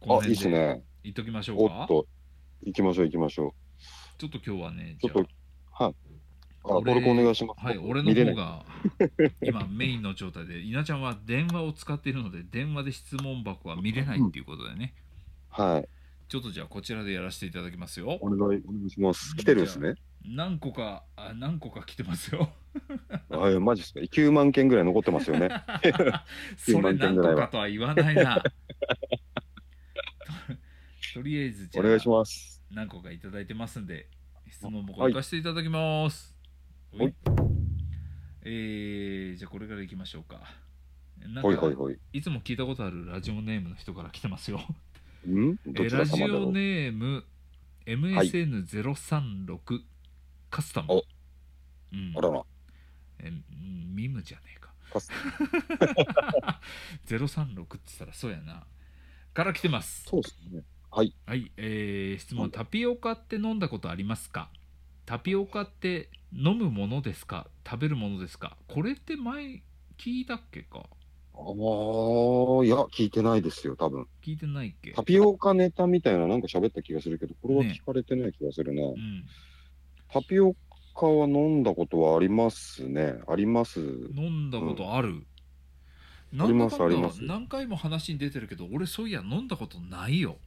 こあのいい辺っすでね言っときましょおうかっと行きましょう行きましょちょっと今日はねちょっとじゃあうあ俺ボルコお願いしますはい、俺の見れな方いが今メインの状態で、稲ちゃんは電話を使っているので、電話で質問箱は見れないっていうことでね、はいちょっとじゃあこちらでやらせていただきますよお。願いお願いします来てるんですね何個か、あ何個か来てま *laughs* すよ。あいやマジっすか9万件ぐらい残ってますよねそれ何個かとは言わないな。ととりあえずじゃおあ願いします何個かいただいてますんで、質問箱行かせていただきます。はいはいえー、じゃあこれから行きましょうか。なんかほいほいほいいつも聞いたことあるラジオネームの人から来てますよ。んえどーちラらジ様だろオう、ネームはい MSN036、カスタムお。うんあららえうんミムじゃねえか。カス *laughs* 036って言ったらそうやな。から来てます。そうっすねはい、えー質問タピオカって飲んだことありますかタピオカって飲むものですか食べるものですかこれって前聞いたっけかああいや聞いてないですよ多分聞いてないっけタピオカネタみたいななんか喋った気がするけど、これはね聞かれてない気がするな。うん。タピオカは飲んだことはありますね。あります。飲んだことある、あなりんだますかんあだります何回も話に出てるけど俺そういや飲んだことないよ、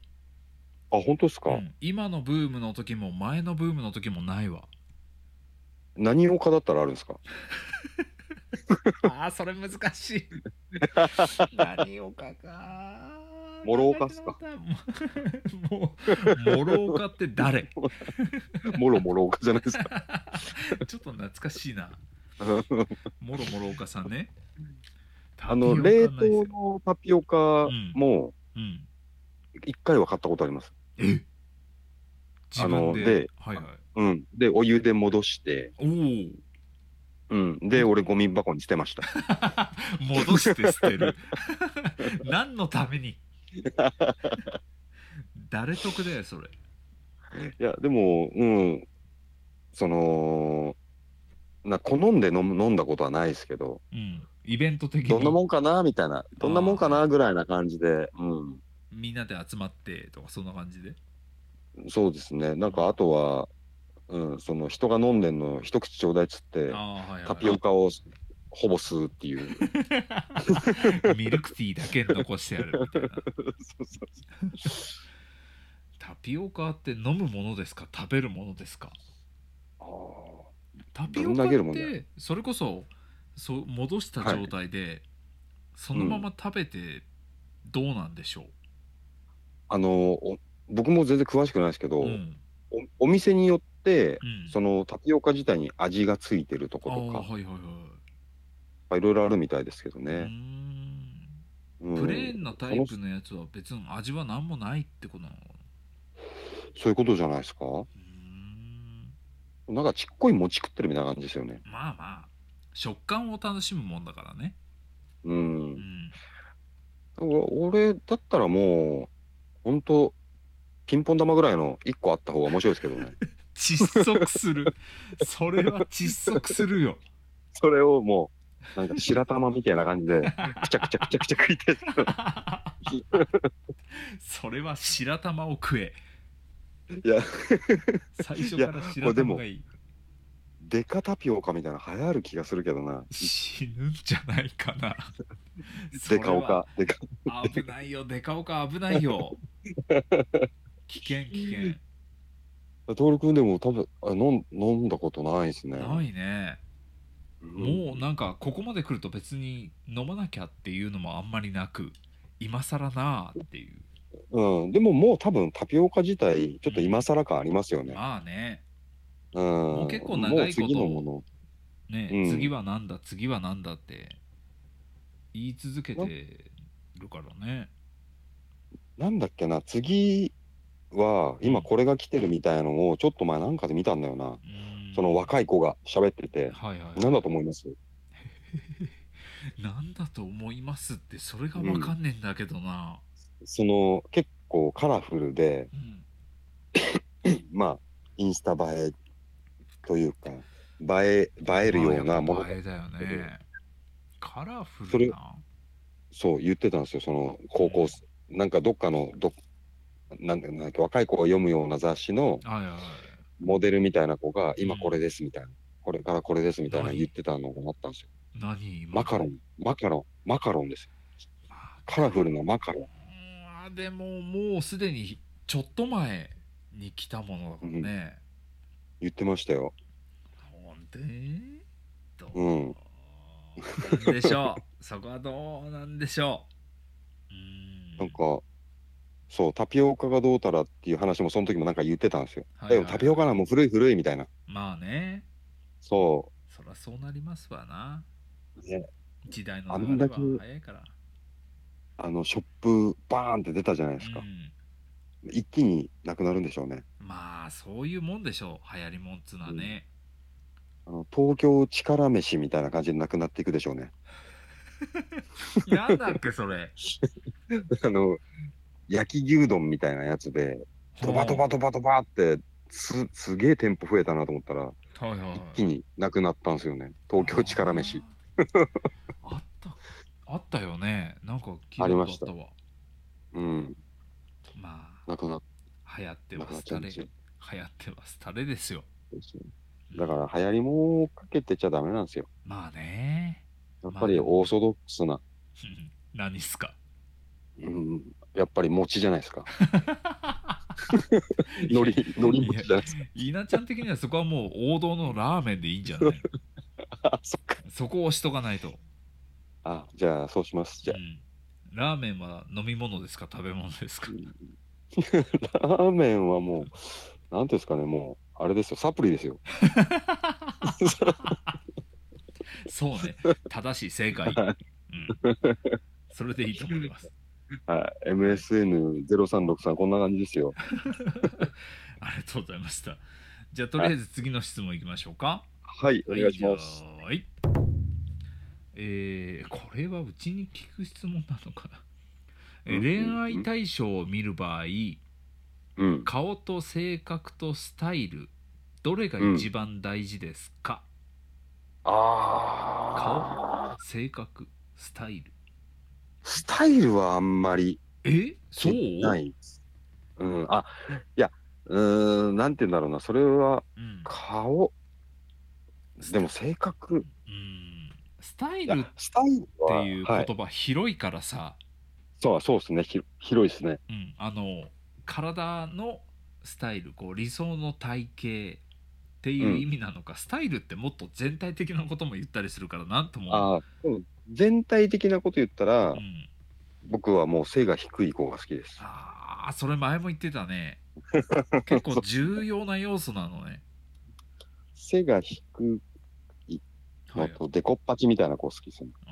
あ、本当ですか、うん今のブームの時も前のブームの時もないわ何をかだったらあるんです *laughs* かあーそれ難しい何をかか諸岡っすか *laughs* もう諸岡って誰もろもろおかじゃない *laughs* ですか。ちょっと懐かしいなあもろもろ岡さんねの、冷凍タピオカないっすよのタピオカもうん一回は買ったことあります。え自あ分のでではいはいうん。で、お湯で戻して、おおうん。で、俺ゴミ箱に捨てました。戻して捨てる *laughs* 何のため *laughs* に誰得だよそれいや、でも、うん。その、な好んで飲む飲んだことはないですけど、うんイベント的どんなにもんかなみたい *laughs* な、どんなもんかなぐらいな感じで、うん。みんなで集まってとかそんな感じでそうですね。なんかあとは、うん、その人が飲んでんの一口ちょうだいっつってあーはいはいタピオカをほぼ吸うっていう *laughs* ミルクティーだけ残してやるみたいなそうそうタピオカって飲むものですか食べるものですかそうタピオカぶん投っげるもんだてそれこそそう戻した状態で、そのまま食べてどうなんでしょあのお僕も全然詳しくないですけど、う、うんおお店によってうん、そのタピオカ自体に味がついてるとこああとーかはいはいはいまあいろいろあるみたいですけどうーね、んうんプレーンなタイプのやつは別に味は何もないってことなのかなそういうことじゃないですかうーんなんかちっこい餅食ってるみたいな感じですよねまあまあ食感を楽しむもんだからねううんんお俺だったらもうほんとピンポン玉ぐらいの1個あった方が面白いですけどね窒息するそれは窒息するよ *laughs* それをもうなんか白玉みたいな感じでくちゃくちゃくちゃくちゃ食いてそれは白玉を食えいや最初から白玉がいいデカタピオカみたいなの流行る気がするけどな死ぬんじゃないかなデカオカデカそれは危ないよデカオカ危な *laughs* いよ危険危険徹君でも多分あ飲ん飲んだことないですねないね、うんもうなんかここまで来ると別に飲まなきゃっていうのもあんまりなく今更なあっていううん、でももう多分タピオカ自体ちょっと今更感ありますよね。まあねうん、もう結構長いこもうと次のもね、うん次はなんだ次はなんだって言い続けてるからねのなんだっけな次は今これが来てるみたいなのをちょっと前なんかで見たんだよな、うんその若い子が喋ってて、はいはいなんだと思いますなんだと思いますってそれがわかんねえんだけどな、その結構カラフルでうんまあインスタ映えというか映え映えるようなものまあやっぱ映えだよねカラフそルれなそう言ってたんですよその高校生なんかどっかのどなんだなんだっけ若い子が読むような雑誌のはいはいはいモデルみたいな子が今うんこれですみたいな、これからこれですみたいな何言ってたのがあったんですよ。何マカロン、マカロン、マカロンですよ。まあカラフルなマカロうんあでももうすでにちょっと前に来たものだからね、ン言ってましたよ。なんでどううんなんでしょう *laughs* そこはどうなんでしょううんなんか、そう、タピオカがどうたらっていう話もその時もなんか言ってたんですよ。はだけいはいどタピオカなもう古い古いみたいな。まあねそそりゃそうなりますわな、ね時代の流れは早いからう、あのショップバーンって出たじゃないですか。うん一気になくなるんでしょうね。まあそういうもんでしょう流行りもんっつうのはね、あの東京力飯みたいな感じでなくなっていくでしょうね。 *laughs* なんだっけそれあの、焼き牛丼みたいなやつで、ドバドバドバドバってすすげえ店舗増えたなと思ったらはいはいはい一気になくなったんですよね東京力飯あったあったよねなんか聞あいりたまこしたとあったわうんまなくなっあ流行ってなくまなっすちゃタうんレですよ流行ってますタレですよだから流行りもんをかけてちゃダメなんですよまあね *laughs* やっぱりオーソドックスな、うん何っすか *laughs* うん、やっぱり餅じゃないですか海苔海苔餅じゃないですか稲ちゃん的にはそこはもう王道のラーメンでいいんじゃ *laughs* ないあそっかそこを押しとかないとあじゃあそうしますじゃうんラーメンは飲み物ですか食べ物です *laughs* かあラーメンはもうなんていうんですかねもうあれですよサプリですよそうね正しい正解、はうん、それでいいと思いますはい MSN0363 こんな感じですよありがとうございました。じゃあ、とりあえず次の質問いきましょうか。はいお願いしますはい。はいえーこれはうちに聞く質問なのかな。えうん恋愛対象を見る場合、うん顔と性格とスタイル、どれが一番大事ですか、ああ顔、性格、スタイル。スタイルはあんまりえそうない。うん、あいやうーん、なんて言うんだろうな、それはうん顔、でも性格、うんスタイいルっやスタイルては、いうはい、言葉広いからさ、そうそうですね、ひ広いですね。うん、あの体のスタイルこう理想の体型っていう意味なのか、スタイルってもっと全体的なことも言ったりするからなんとも、あーでも全体的なこと言ったら、うん、僕はもう背が低い方が好きです。あーそれ前も言って *laughs* たね結構重要な要素なのね、背が低いはのい、と、デコっぱちみたいな子好きですね。あ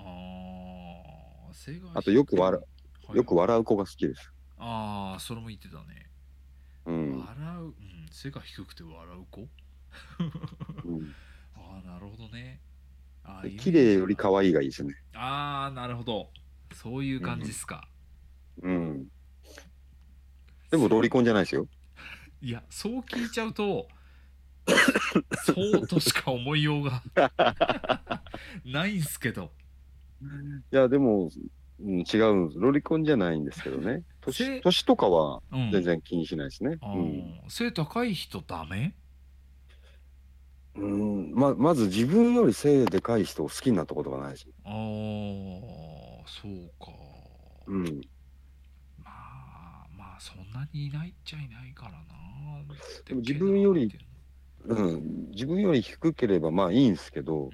ー背が低いあとよく笑はいよく笑う子が好きです。ああそれも言ってたね、うん。笑う、うん、背が低くて笑う子 *laughs* うんああなるほどねあーでいいね綺麗より可愛いがいいですね。ああなるほどそういう感じっすか、うん。でもロリコンじゃないですよ。いやそう聞いちゃ *laughs* うとそうとしか思いようが *laughs* ないんすけどいや、でも、うん、違うんです。ロリコンじゃないんですけど *laughs* ね。せ年年とかはうん全然気にしないですね。あー背高い人ダメうん。うんままず自分より背でかい人を好きになったことがないし。あーそうか、うん。まあまあそんなにいないっちゃいないからなでも自分よりでもうん、自分より低ければまあいいんですけど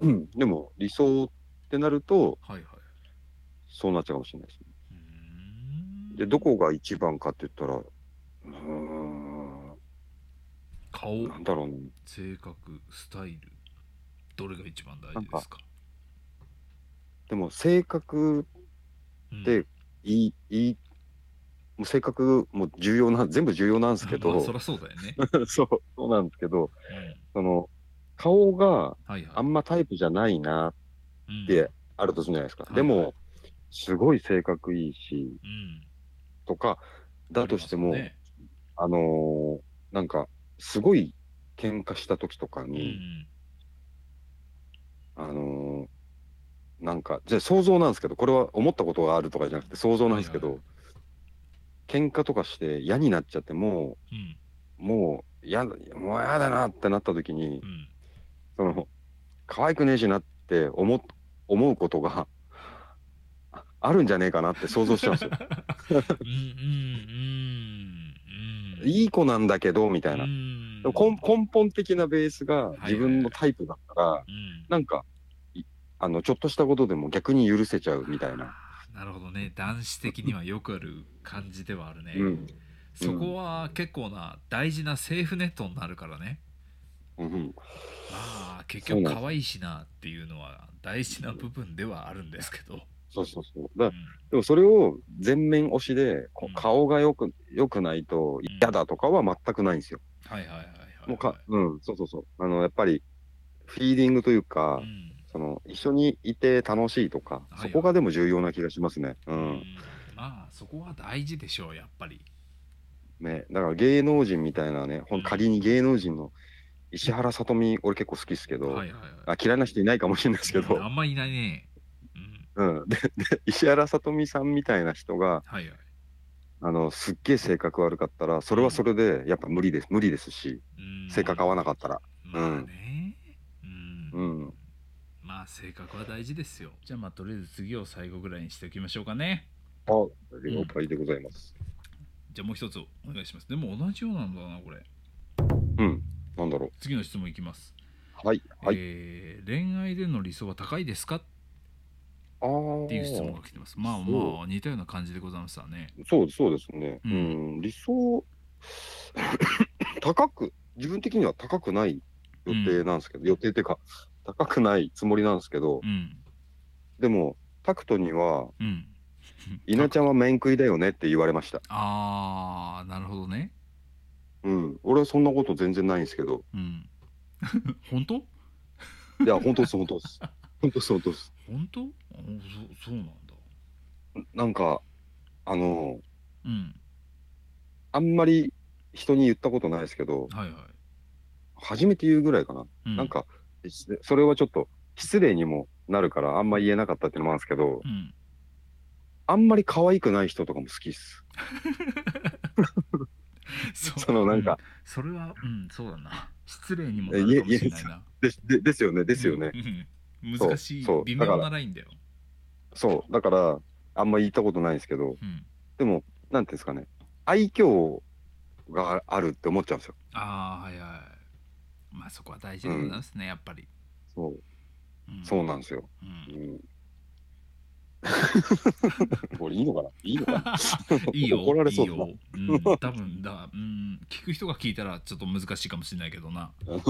う、んうん、でも理想ってなるとはいはいそうなっちゃうかもしれないですね。うーんで、どこが一番かって言ったら、うー顔ん、なんだろうね。性格スタイルどれが一番大事ですかでも性格うんでいい、いい、もう性格も重要な、全部重要なんですけまあど、そりゃそうだ *laughs* よね、そう、そうなんですけど、うその、顔がんはいはいあんまタイプじゃないな、うんてあるとするじゃないですか。はいでも、すごい性格いいし、うんとか、だとしても、ありますあのーなんか、すごい喧嘩した時とかよねに、あのーなんか、じゃあ想像なんですけど、これは思ったことがあるとかじゃなくて想像なんですけはいどは、喧嘩とかして嫌になっちゃって、もうんう、うんもう、やだ、もうやだなってなった時にそう、んの、可愛くねえしなって思っ、思うことが、 *laughs* ああるんじゃねえかなって想像しちゃうんですよ。うんうん *laughs* うんう *laughs* んいい子なんだけど、みたいなう。んでも根根本的なベースがはい自分のタイプだったら、うんなんか、いあの、ちょっとしたことでも逆に許せちゃうみたいな。あーなるほどね男子的にはよくある感じではあるね、うん。そこは結構な大事なセーフネットになるからねうん。ああ結そうなんで局す可愛いしなっていうのは大事な部分ではあるんですけど、そうそうそう。だうんでもそれを全面押しで、こうんう顔がよく、良くないと嫌だとかは全くないんですよ。はいはいはいはいはいもうか、うん、そうそうそう。あの、やっぱり、フィーリングというか、うんその、一緒にいて楽しいとか、はいはいそこがでも重要な気がしますね。う。うんんまあそこは大事でしょうやっぱりね、だから芸能人みたいなね、ほん仮に芸能人の石原さとみ、俺結構好きですけど、はいはいはいあ嫌いな人いないかもしれないですけど、あんまいないね。うん。うん、でで石原さとみさんみたいな人がはいはい。あのすっげえ性格悪かったらそれはそれでやっぱ無理です無理ですしうん性格合わなかったらまあね。うん。うんまあ性格は大事ですよ。じゃあまあとりあえず次を最後ぐらいにしておきましょうかね。あ了解でございますじゃあもう一つお願いします。でも同じようなんだなこれ。うん、なんだろ次の質問いきます。うはいはい、えー恋愛での理想は高いですかっああていう質問が来てます。まあそうまあ似たような感じでございましたね。そうそうですねううんん、理想高く自分的には高くない予定なんですけど、予定っていうか高くないつもりなんですけどうん。でもタクトには *laughs* うん。 「稲ちゃんは面食いだよね」って言われましたああ、なるほどね。うん俺はそんなこと全然ないんですけどうん。 *laughs* 本当いや、本当です、本当 *laughs* です。本当です、本当です。本当あそそうなんだ。なんか、あの、うん。あんまり人に言ったことないですけど、はいはい。初めて言うぐらいかな。うなん、か、しそれはちょっと失礼にもなるから、あんま言えなかったっていうのもあるんですけどう、ん、あんまり可愛くない人とかも好きっす。そうそのなんか、それはうんそうだな失礼にもなるかもしれないなででですよねですよね、うんうんそう難しいそう微だか妙らなラインだよそうだからあんま言ったことないんですけどうんでもなんていうんですかね愛嬌があるって思っちゃうんですよああはいはいまあそこは大事でございますね、やっぱり、そううんそうなんですよ、*laughs* ううん *laughs* ん、これいいのかないいのかな *laughs* いいよ怒られそうだいいなよ、うん、多分だ、うん、聞く人が聞いたらちょっと難しいかもしれないけどなうん、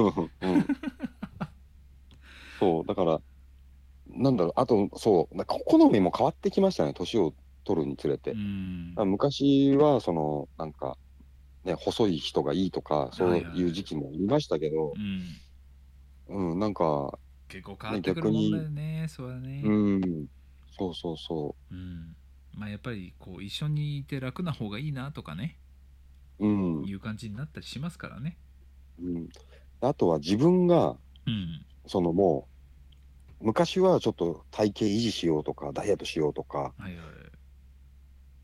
そうだからなんだろうあとそうなんか好みも変わってきましたね年を取るにつれて、うだんから昔はそのなんかね細い人がいいとかそういう時期もありましたけど、うんうんなんか結構変わってくるもんだよねそうだねうんそうそうそうんまあやっぱりこう一緒にいて楽な方がいいなとかねううん、いう感じになったりしますからねうん、あとは自分がうんそのもう昔はちょっと体型維持しようとかダイエットしようとかはいはい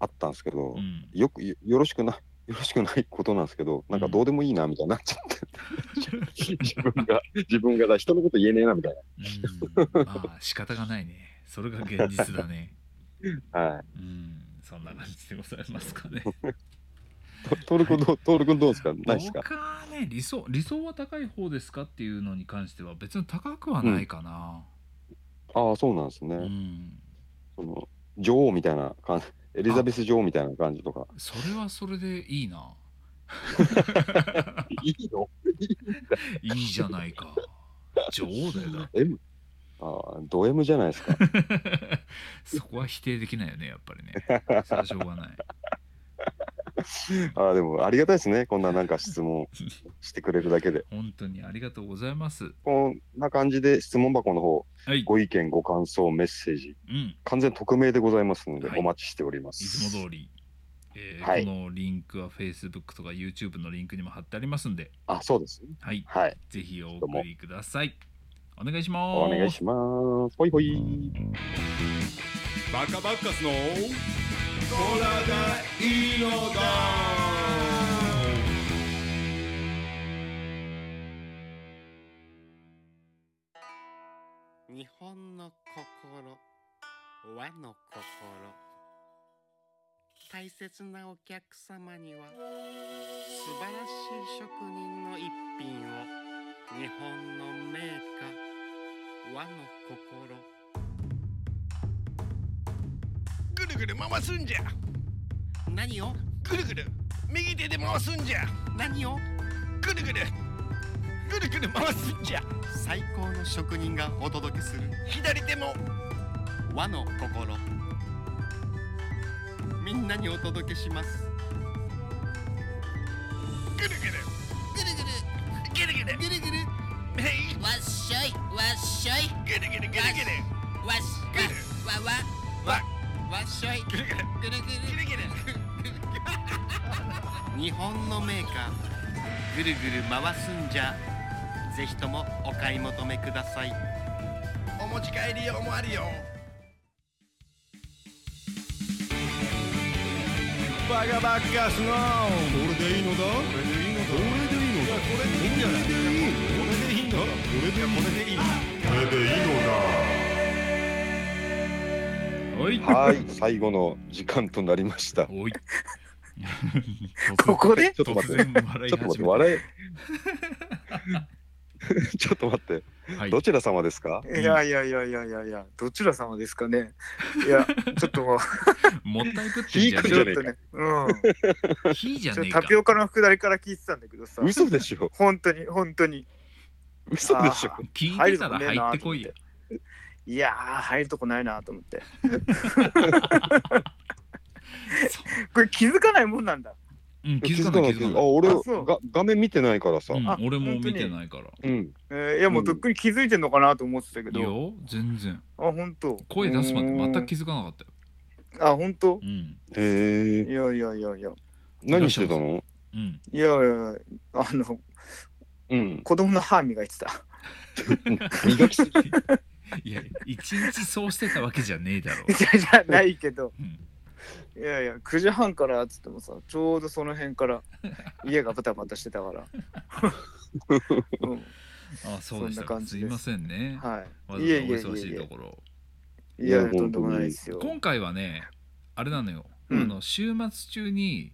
あったんですけど、 *laughs* うんよくよよろしくない *laughs* よろしくないことなんですけどなんかどうでもいいなみたいになっちゃ *laughs* って、自分が自分がだ人のこと言えねえなみたいうんまあ仕方がないねそれが現実だねな、はい、うんそんな感じでございますかねトトール君どうトール君どうですかないですか僕はね理想理想は高い方ですかっていうのに関しては別に高くはないかな、ああそうなんですね、うんその女王みたいな感じエリザベス女王みたいな感じとかそれはそれでいいないいのいいじゃないか女王だよだ M ああド M じゃないですか *laughs* そこは否定できないよねやっぱりねそれはしょうがないああでもありがたいですねこんななんか質 *laughs* 問してくれるだけで本当にありがとうございますこんな感じで質問箱の方はいご意見ご感想メッセージうん完全匿名でございますのではいお待ちしておりまいす、つも通り、えーはいこのリンクは Facebook とか YouTube のリンクにも貼ってありますんで、あそうですねはい、はいぜひお送りください。お願いしまおす。願いします。ほいほい。バカバカスのボラがいいのだ日本の心和の心大切なお客様には素晴らしい職人の一品を日本の名家和の心ぐるぐる回すんじゃ何をぐるぐる右手で回すんじゃ何をぐるぐるぐるぐる回すんじゃ最高の職人がお届けする左手も和の心みんなにお届けしますぐるぐるぐるぐるぐるぐるぐるぐるはいわっしょいわっしょいぐるぐるぐるぐるわっしわわわわっしょいぐるぐるぐるぐるぐるぐる *laughs* 日本のメーカーぐるぐる回すんじゃぜひともお買い求めくださいお持ち帰り用もあるよバカバカスノこれでいいのだこれでいいのだこれでいいのだこれでいいんじゃないこれでいいんだこれでいいこれでいいこれでいいのはい。はい、最後の時間となりました。おい。ここでちょっと突待って、然笑いちょっと待っ始て、めた。 *laughs* 笑い。ちょっと待って、はいど。ちら様ですかいやいやいやいやいやいや、どちら様ですかね。いや、ちょっともう、もったいぶってんじゃいいちょじゃねっねとね、うん、え。火じゃちょねっえとかタ。ピオカのくだりから聞いてたんだけどさ、嘘でし *laughs* ょ本当に、本当に、嘘でしょあ聞いてたら入ってこいよ。いやー、入るとこないなと思って。これ気づかないもんなんだ。うん、気づかない気づかあ、ない。俺あそうが画面見てないからさ。うんあ俺も本当見にてないから。うん。えーいや、もうとっくに気づいてんのかなと思ってたけいいど、よ、全然。あ、本当。声出すまで全く気づかなかったよ。うーんあ、本当うん。へえい。やいやいやいや、何してたの *laughs* うん。いやいやいや、あの、うん。子供の歯磨いてた。磨きすぎ。いや、一日そうしてたわけじゃねえだろう。じゃじゃないけど、うん *laughs* いやいや、9時半からっつってもさ、ちょうどその *laughs* 辺から家がバタバタしてたから。うんあそうでしたそんなか感すいじですませんね、はわざわざおい。いえいえいえ忙しいいとえころいや、とんでもないですよ。今回はねあれなのよ、うんあの週末中に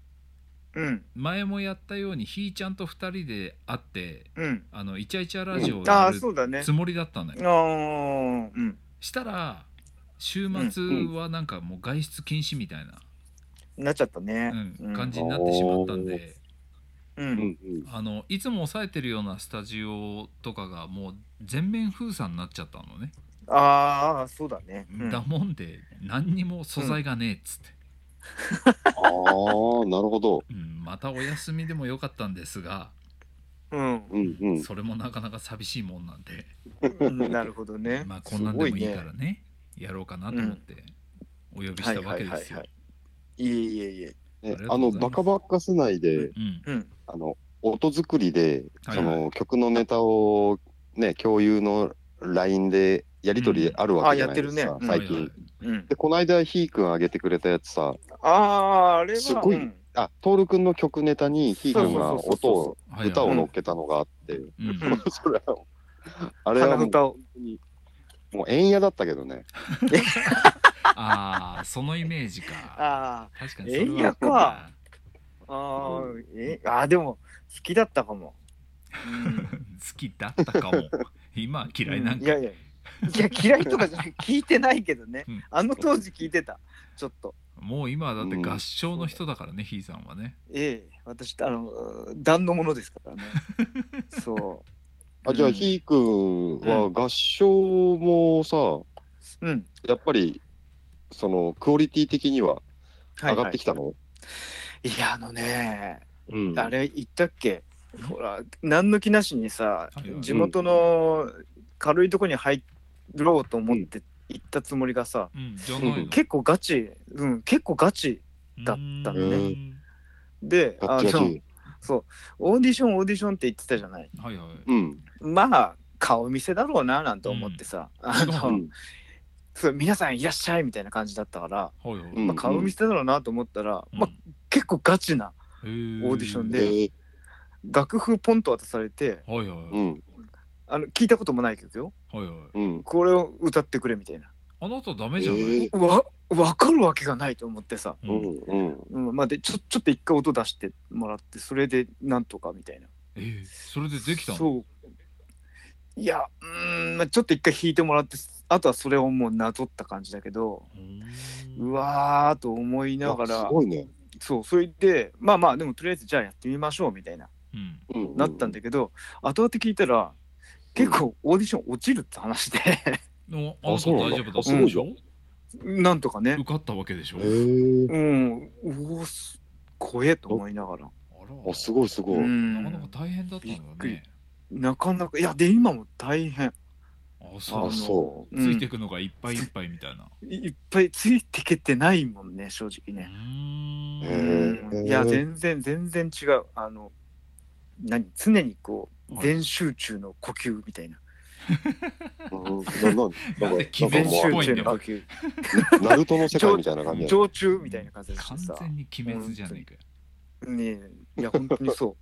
うん、前もやったようにひーちゃんと2人で会ってうん。あのイチャイチャラジオをあやあ、るそうだね。つもりだったのあよ、あ、うん。したら週末はなんかもう外出禁止みたいな、なっちゃったねう。んうん感じになってしまったんでう。うんうんんうんあのいつも抑えてるようなスタジオとかがもう全面封鎖になっちゃったのね、ああ、そうだね。うんだもんで何にも素材がねえっつって、ああ、なるほど。うん、またお休みでもよかったんですがうんうんうん。それもなかなか寂しいもんなんで、うん。なるほどね。 *laughs* まあこんなんでもいいからねやろうかなと思ってお呼びすしたごいね。わけですよい。いえいえいえ。ねありがとあうごの、ざいますバカバカス内で、うんあの、音作りで、はいその曲のネタを、ね、共有の LINE でやり取りあるわけじゃないですか、うんあやってるね最近。はうんいはいうん。で、この間、ひーくん上げてくれたやつさ、ああ、あれは。すごいうんあ、トールくんの曲ネタにひーくんがそうそう音そうをそ、はいはい歌を乗っけたのがあって、うん *laughs* それは、あれは鼻もう歌を。もう、円やだったけどね。ああそのイメージかあ確かにそれはえいやかあ、ああ、え、ああ、でも、好きだったかも。うん好きだったかも今は *laughs* 嫌いなんうんかいやいやいや嫌いとかじ *laughs* ゃない聞いてないけどね、うんあの当時聞いてたちょっともう今はだって合唱の人だからね、ひーさんはね。ええ私あの段のものですから *laughs* ねそうあ、じゃうあ、んひーくんは合唱もさ、うんやっぱり、その、クオリティ的には上がってきたの、いやあのねうんあれ言ったっけほら何の気なしにさいはい地元の軽いとこに入ろうと思って行ったつもりがさ、うん、じゃないの。結構ガチうん結構ガチだったのねうんでガッチガのチ。そうオーディションオーディションって言ってたじゃないはいはい。うん。まあ顔見せだろうななんて思ってさ、 *laughs* あの、うんそう皆さんいらっしゃいみたいな感じだったから、はいはい。うんまあ、顔見せだろうなと思ったら、うんまあ、結構ガチなへーオーディションでえー楽譜ポンと渡されてはいはうい。ん。あの聞いたこともない曲よはいはい。うん。これを歌ってくれみたいなあなたダメえじゃない。ーうわ分かるわけがないと思ってさ、ううんん。うん。うんまあ、でちょちょっと一回音出してもらってそれでなんとかみたいなえーそれでできたの。そういやうーん、まあ、ちょっと一回弾いてもらってあとはそれをもうなぞった感じだけどうんうわーと思いながあらすごいね。そうそれでまあまあでもとりあえずじゃあやってみましょうみたいなうん。うんなったんだけど、後々聞いたら結構オーディション落ちるって話で *laughs* のあなたそうなん大だ丈夫だっあたすんごでいしじゃょん。なんとかね受かったわけでしょ。へーうんうおす怖えと思いながら、ああ、すら。ごいすごい。う、なかなんか大変だったのよびっくりね。なかなかいやで今も大変ああ、そう。そついてくのがいっぱいいっぱいみたいな。うんいいっぱいついてけてないもんね正直うね、んへうーんいや全然全然違うあの何常にこうはい全集中の呼吸みたいなう。うんなななんなんでか気なん分全かっもぽ集いん中だよの呼。吸うナルトの世界みたいな感じだね常駐みたいな感じでし完てさ全に鬼滅じゃねえかよ。ねえいや本当にそ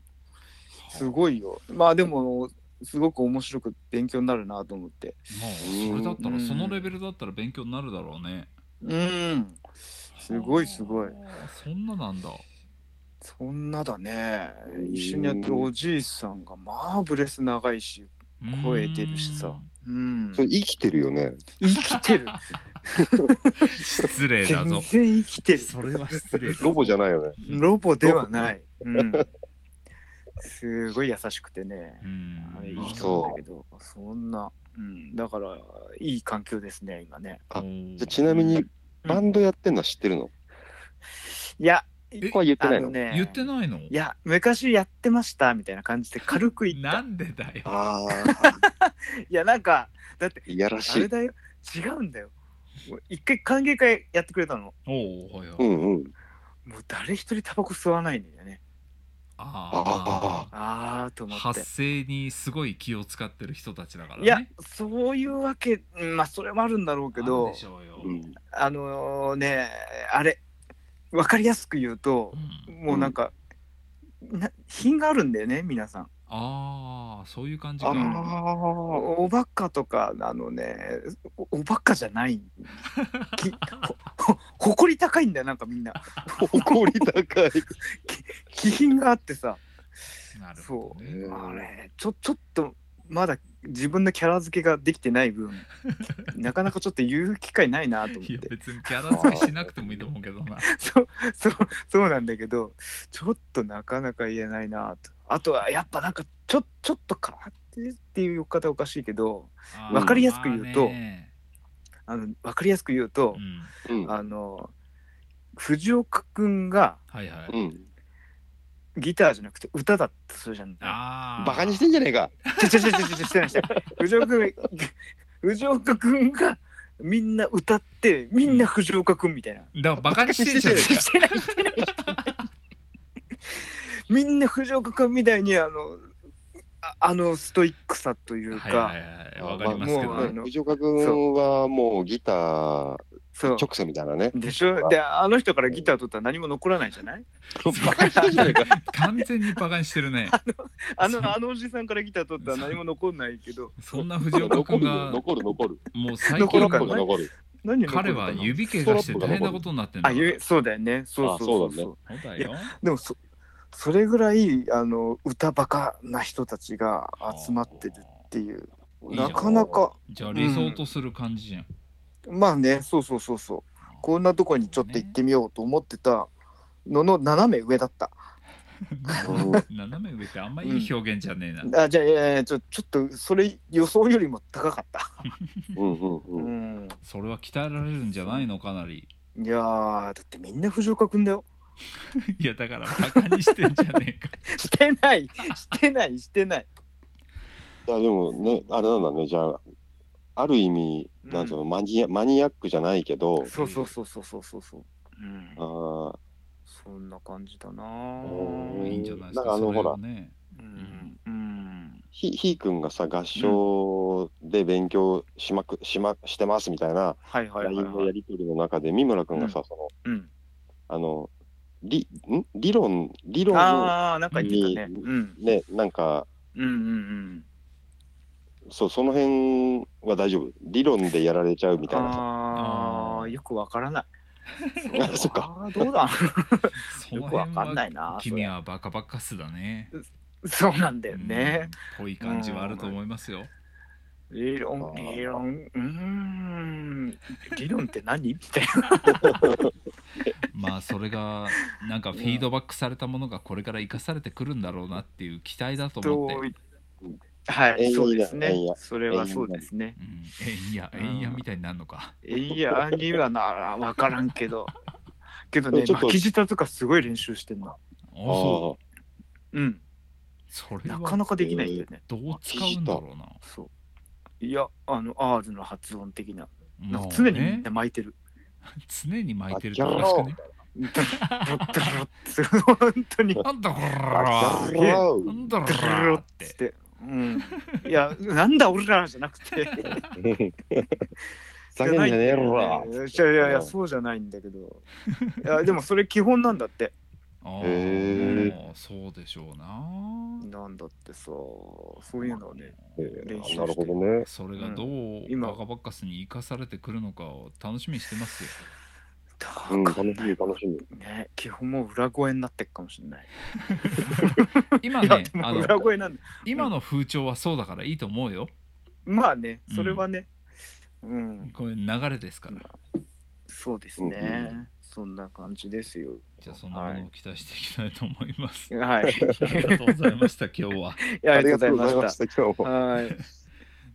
*laughs* うすごいよまあでもすごく面白く勉強になるなと思ってまあそれだったうらんそのレベルだったら勉強になるだろうねうんすごいすごいはあそんななんだそんなだね一緒にやってるおじいさんがまあブレス長いし声出るしうさーんうんそれ生きてるよね。生きてる失礼だ全然ぞ生きてるそれは失礼ロボじゃないよね。ロボではない、うん、すごい優しくてねうーんあれいい人そなうんだけどそんな、うん、だからいい環境ですね今ねあおーじゃあちなみに、バンドやってんのは知ってるのいやここは言ってあないののね言ってないのいや、昔やってましたみたいな感じで軽く言っなた。んでだよあいや、なんか、あ、いやらあしれい。だよ、違うんだよ。もう一回歓迎会やってくれたの。おおはいはういんうん。もう誰一人タバコ吸わないんだよね。あああーと思って。発声にすごい気を使ってる人たちだからねいや、そういうわけ、うんまあ、それもあるんだろうけあるどで、しょうようんあのーね、あれ、分かりやすく言うとう、ん、もうなんか、な品があるんだよね皆さんああそういう感じあかあおばっかとかあのねおおばっかじゃないきほほ *laughs* 誇り高いんだよなんかみんな誇り高 *laughs* い気品があってさなるほど、ね、あれちょちょっとまだ自分のキャラ付けができてない *laughs* 分なかなかちょっと言う機会ないなと思いやって別にキャラ付けしなくてもいいと思うけどな *laughs* そうそうそうなんだけどちょっとなかなか言えないなとあとはやっぱなんかちょちょっと変わってるっていう言い方おかしいけどあー *laughs* わかりやすく言うとまあねあの分かりやすく言うとう、ん、うんあの藤岡君がはいはい、うんギターじゃなくて歌だったそうじゃん。ああバカにしてんじゃねえかちょちょちょちょちょしてな *laughs* いしてない藤岡君藤岡君がみんな歌ってみんな藤岡君みたいな。だからバカにしてんじゃねえかしてないしてないしてないみんな藤岡君みたいにあのああのストイックさというか、はいはいはいわかりますけどまあもねう藤岡君はもうギターそう直線みたいなねでしょであの人からギター取ったら何も残らないじゃないバカにしてんじゃねえか *laughs* 完全にバカにしてるねあそうのあのおじさんからギター取ったら何も残んないけどそんな藤岡残君るが残る残るもう最残近る残かるな残る何残彼るかなは指怪我して大変なことになってんだあゆそうだよねそうそうそうあそうそだねそううだよでもそそれぐらいあの歌バカな人たちが集まってるっていういいじゃんなかなかじゃあ理想とする感じじゃん、まあねそうそうそうそうこんなとこにちょっと行ってみようと思ってたのの斜め上だった斜め上ってあんまいい表現じゃねえな、あじゃあいやいやちょちょっとそれ予想よりも高かったうんうんううんんそれは鍛えられるんじゃないのかなり *laughs* いやーだってみんな藤岡君だよ *laughs* いやだからバカにしてんじゃねえかして *laughs* ないしてないしてないいやでもねあれなんだねじゃあある意味なんていうのマニアマニアックじゃないけどそうそうそうそうそうそうそううんあーそんな感じだなうんいいんじゃないですなかんかあのそれをねうんうんひひーくんがさ合唱で勉強しまく、しましてますみたいなはいはいはい LINE のはやいり取りの中で三村くんがさ、そのうんあの理ん理論理論をああ、なんか言ってたね。にうん。ねなんかうんうんそうその辺は大丈夫理論でやられちゃうみうん。たいなさあああ、ーよくわからない。あそっかあー。どうだそよのくわ辺かんなはいな。君はバカバカスだねそれ。そうなんだよね。うんぽい感じはあると思いますよ理論、理論、うーん。理論って何みたいな。まあそれがなんかフィードバックされたものがこれから生かされてくるんだろうなっていう期待だと思って、うん、はい、そうですえねいや。それはそうですね。えんやえんやみたいになるのかいや、にはならわからん *laughs* けど。けどね、ちょっと巻き舌とかすごい練習してんな。ああーそうん。うそれなはかなかできないんだよね。どう使うんだろうなそう。いや、あの、R の発音的な。なんもかう常にみねんな巻いてる。常に巻いてるってバおッキャかしロくーねドロッドロッつ本当になんだこバらッキャロなんだこドロらッっつってて、うん、いやなんだ俺らじゃなく *laughs* てーざけんじゃねえろらいやいやいやそうじゃないんだけどいやでもそれ基本なんだってああ、へそうでしょうななんだってさそういうのをねえ練習してーなるほどねそれがどう、今バカバカスに生かされてくるのかを楽しみにしてますようん高楽しくみ楽しみね基本もう裏声になってっかもしれない今いやねであもの裏声なんだ今の風潮はそうだからいいと思うよまあねそれはねうんこれ流れですからそうですうねそんな感じですよじゃあそんなものを期待していきたいと思い *laughs* ます、はいありがとうございました今日ははいありがとうございありがとうございまましした今日たもはい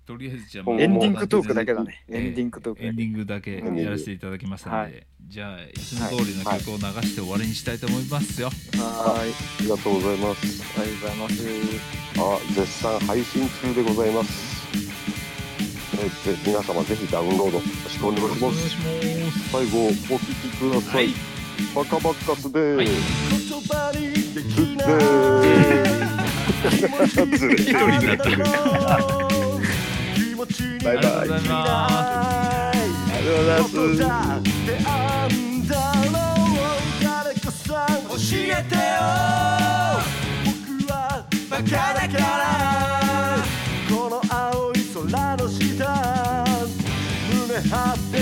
とりあえずじゃあもうエンディングトークだけけだね。えエンディングトークエだンけ。ディングだけやらせていただきましたので、はじゃあいつも通りの曲を流して終わりにしたいと思いますよ、はーい。ありがとうございますありがとうございます。あ絶賛配信中でございますえぜ皆様ぜひダウンロードよろしくお願いしおま願いすします最後お聴きください、バカバカスでーはいずれてる一人になってる *laughs* バイありがとうバイございますありがとうございま「すなんだろうがキャラキャラこの青い空の下胸張って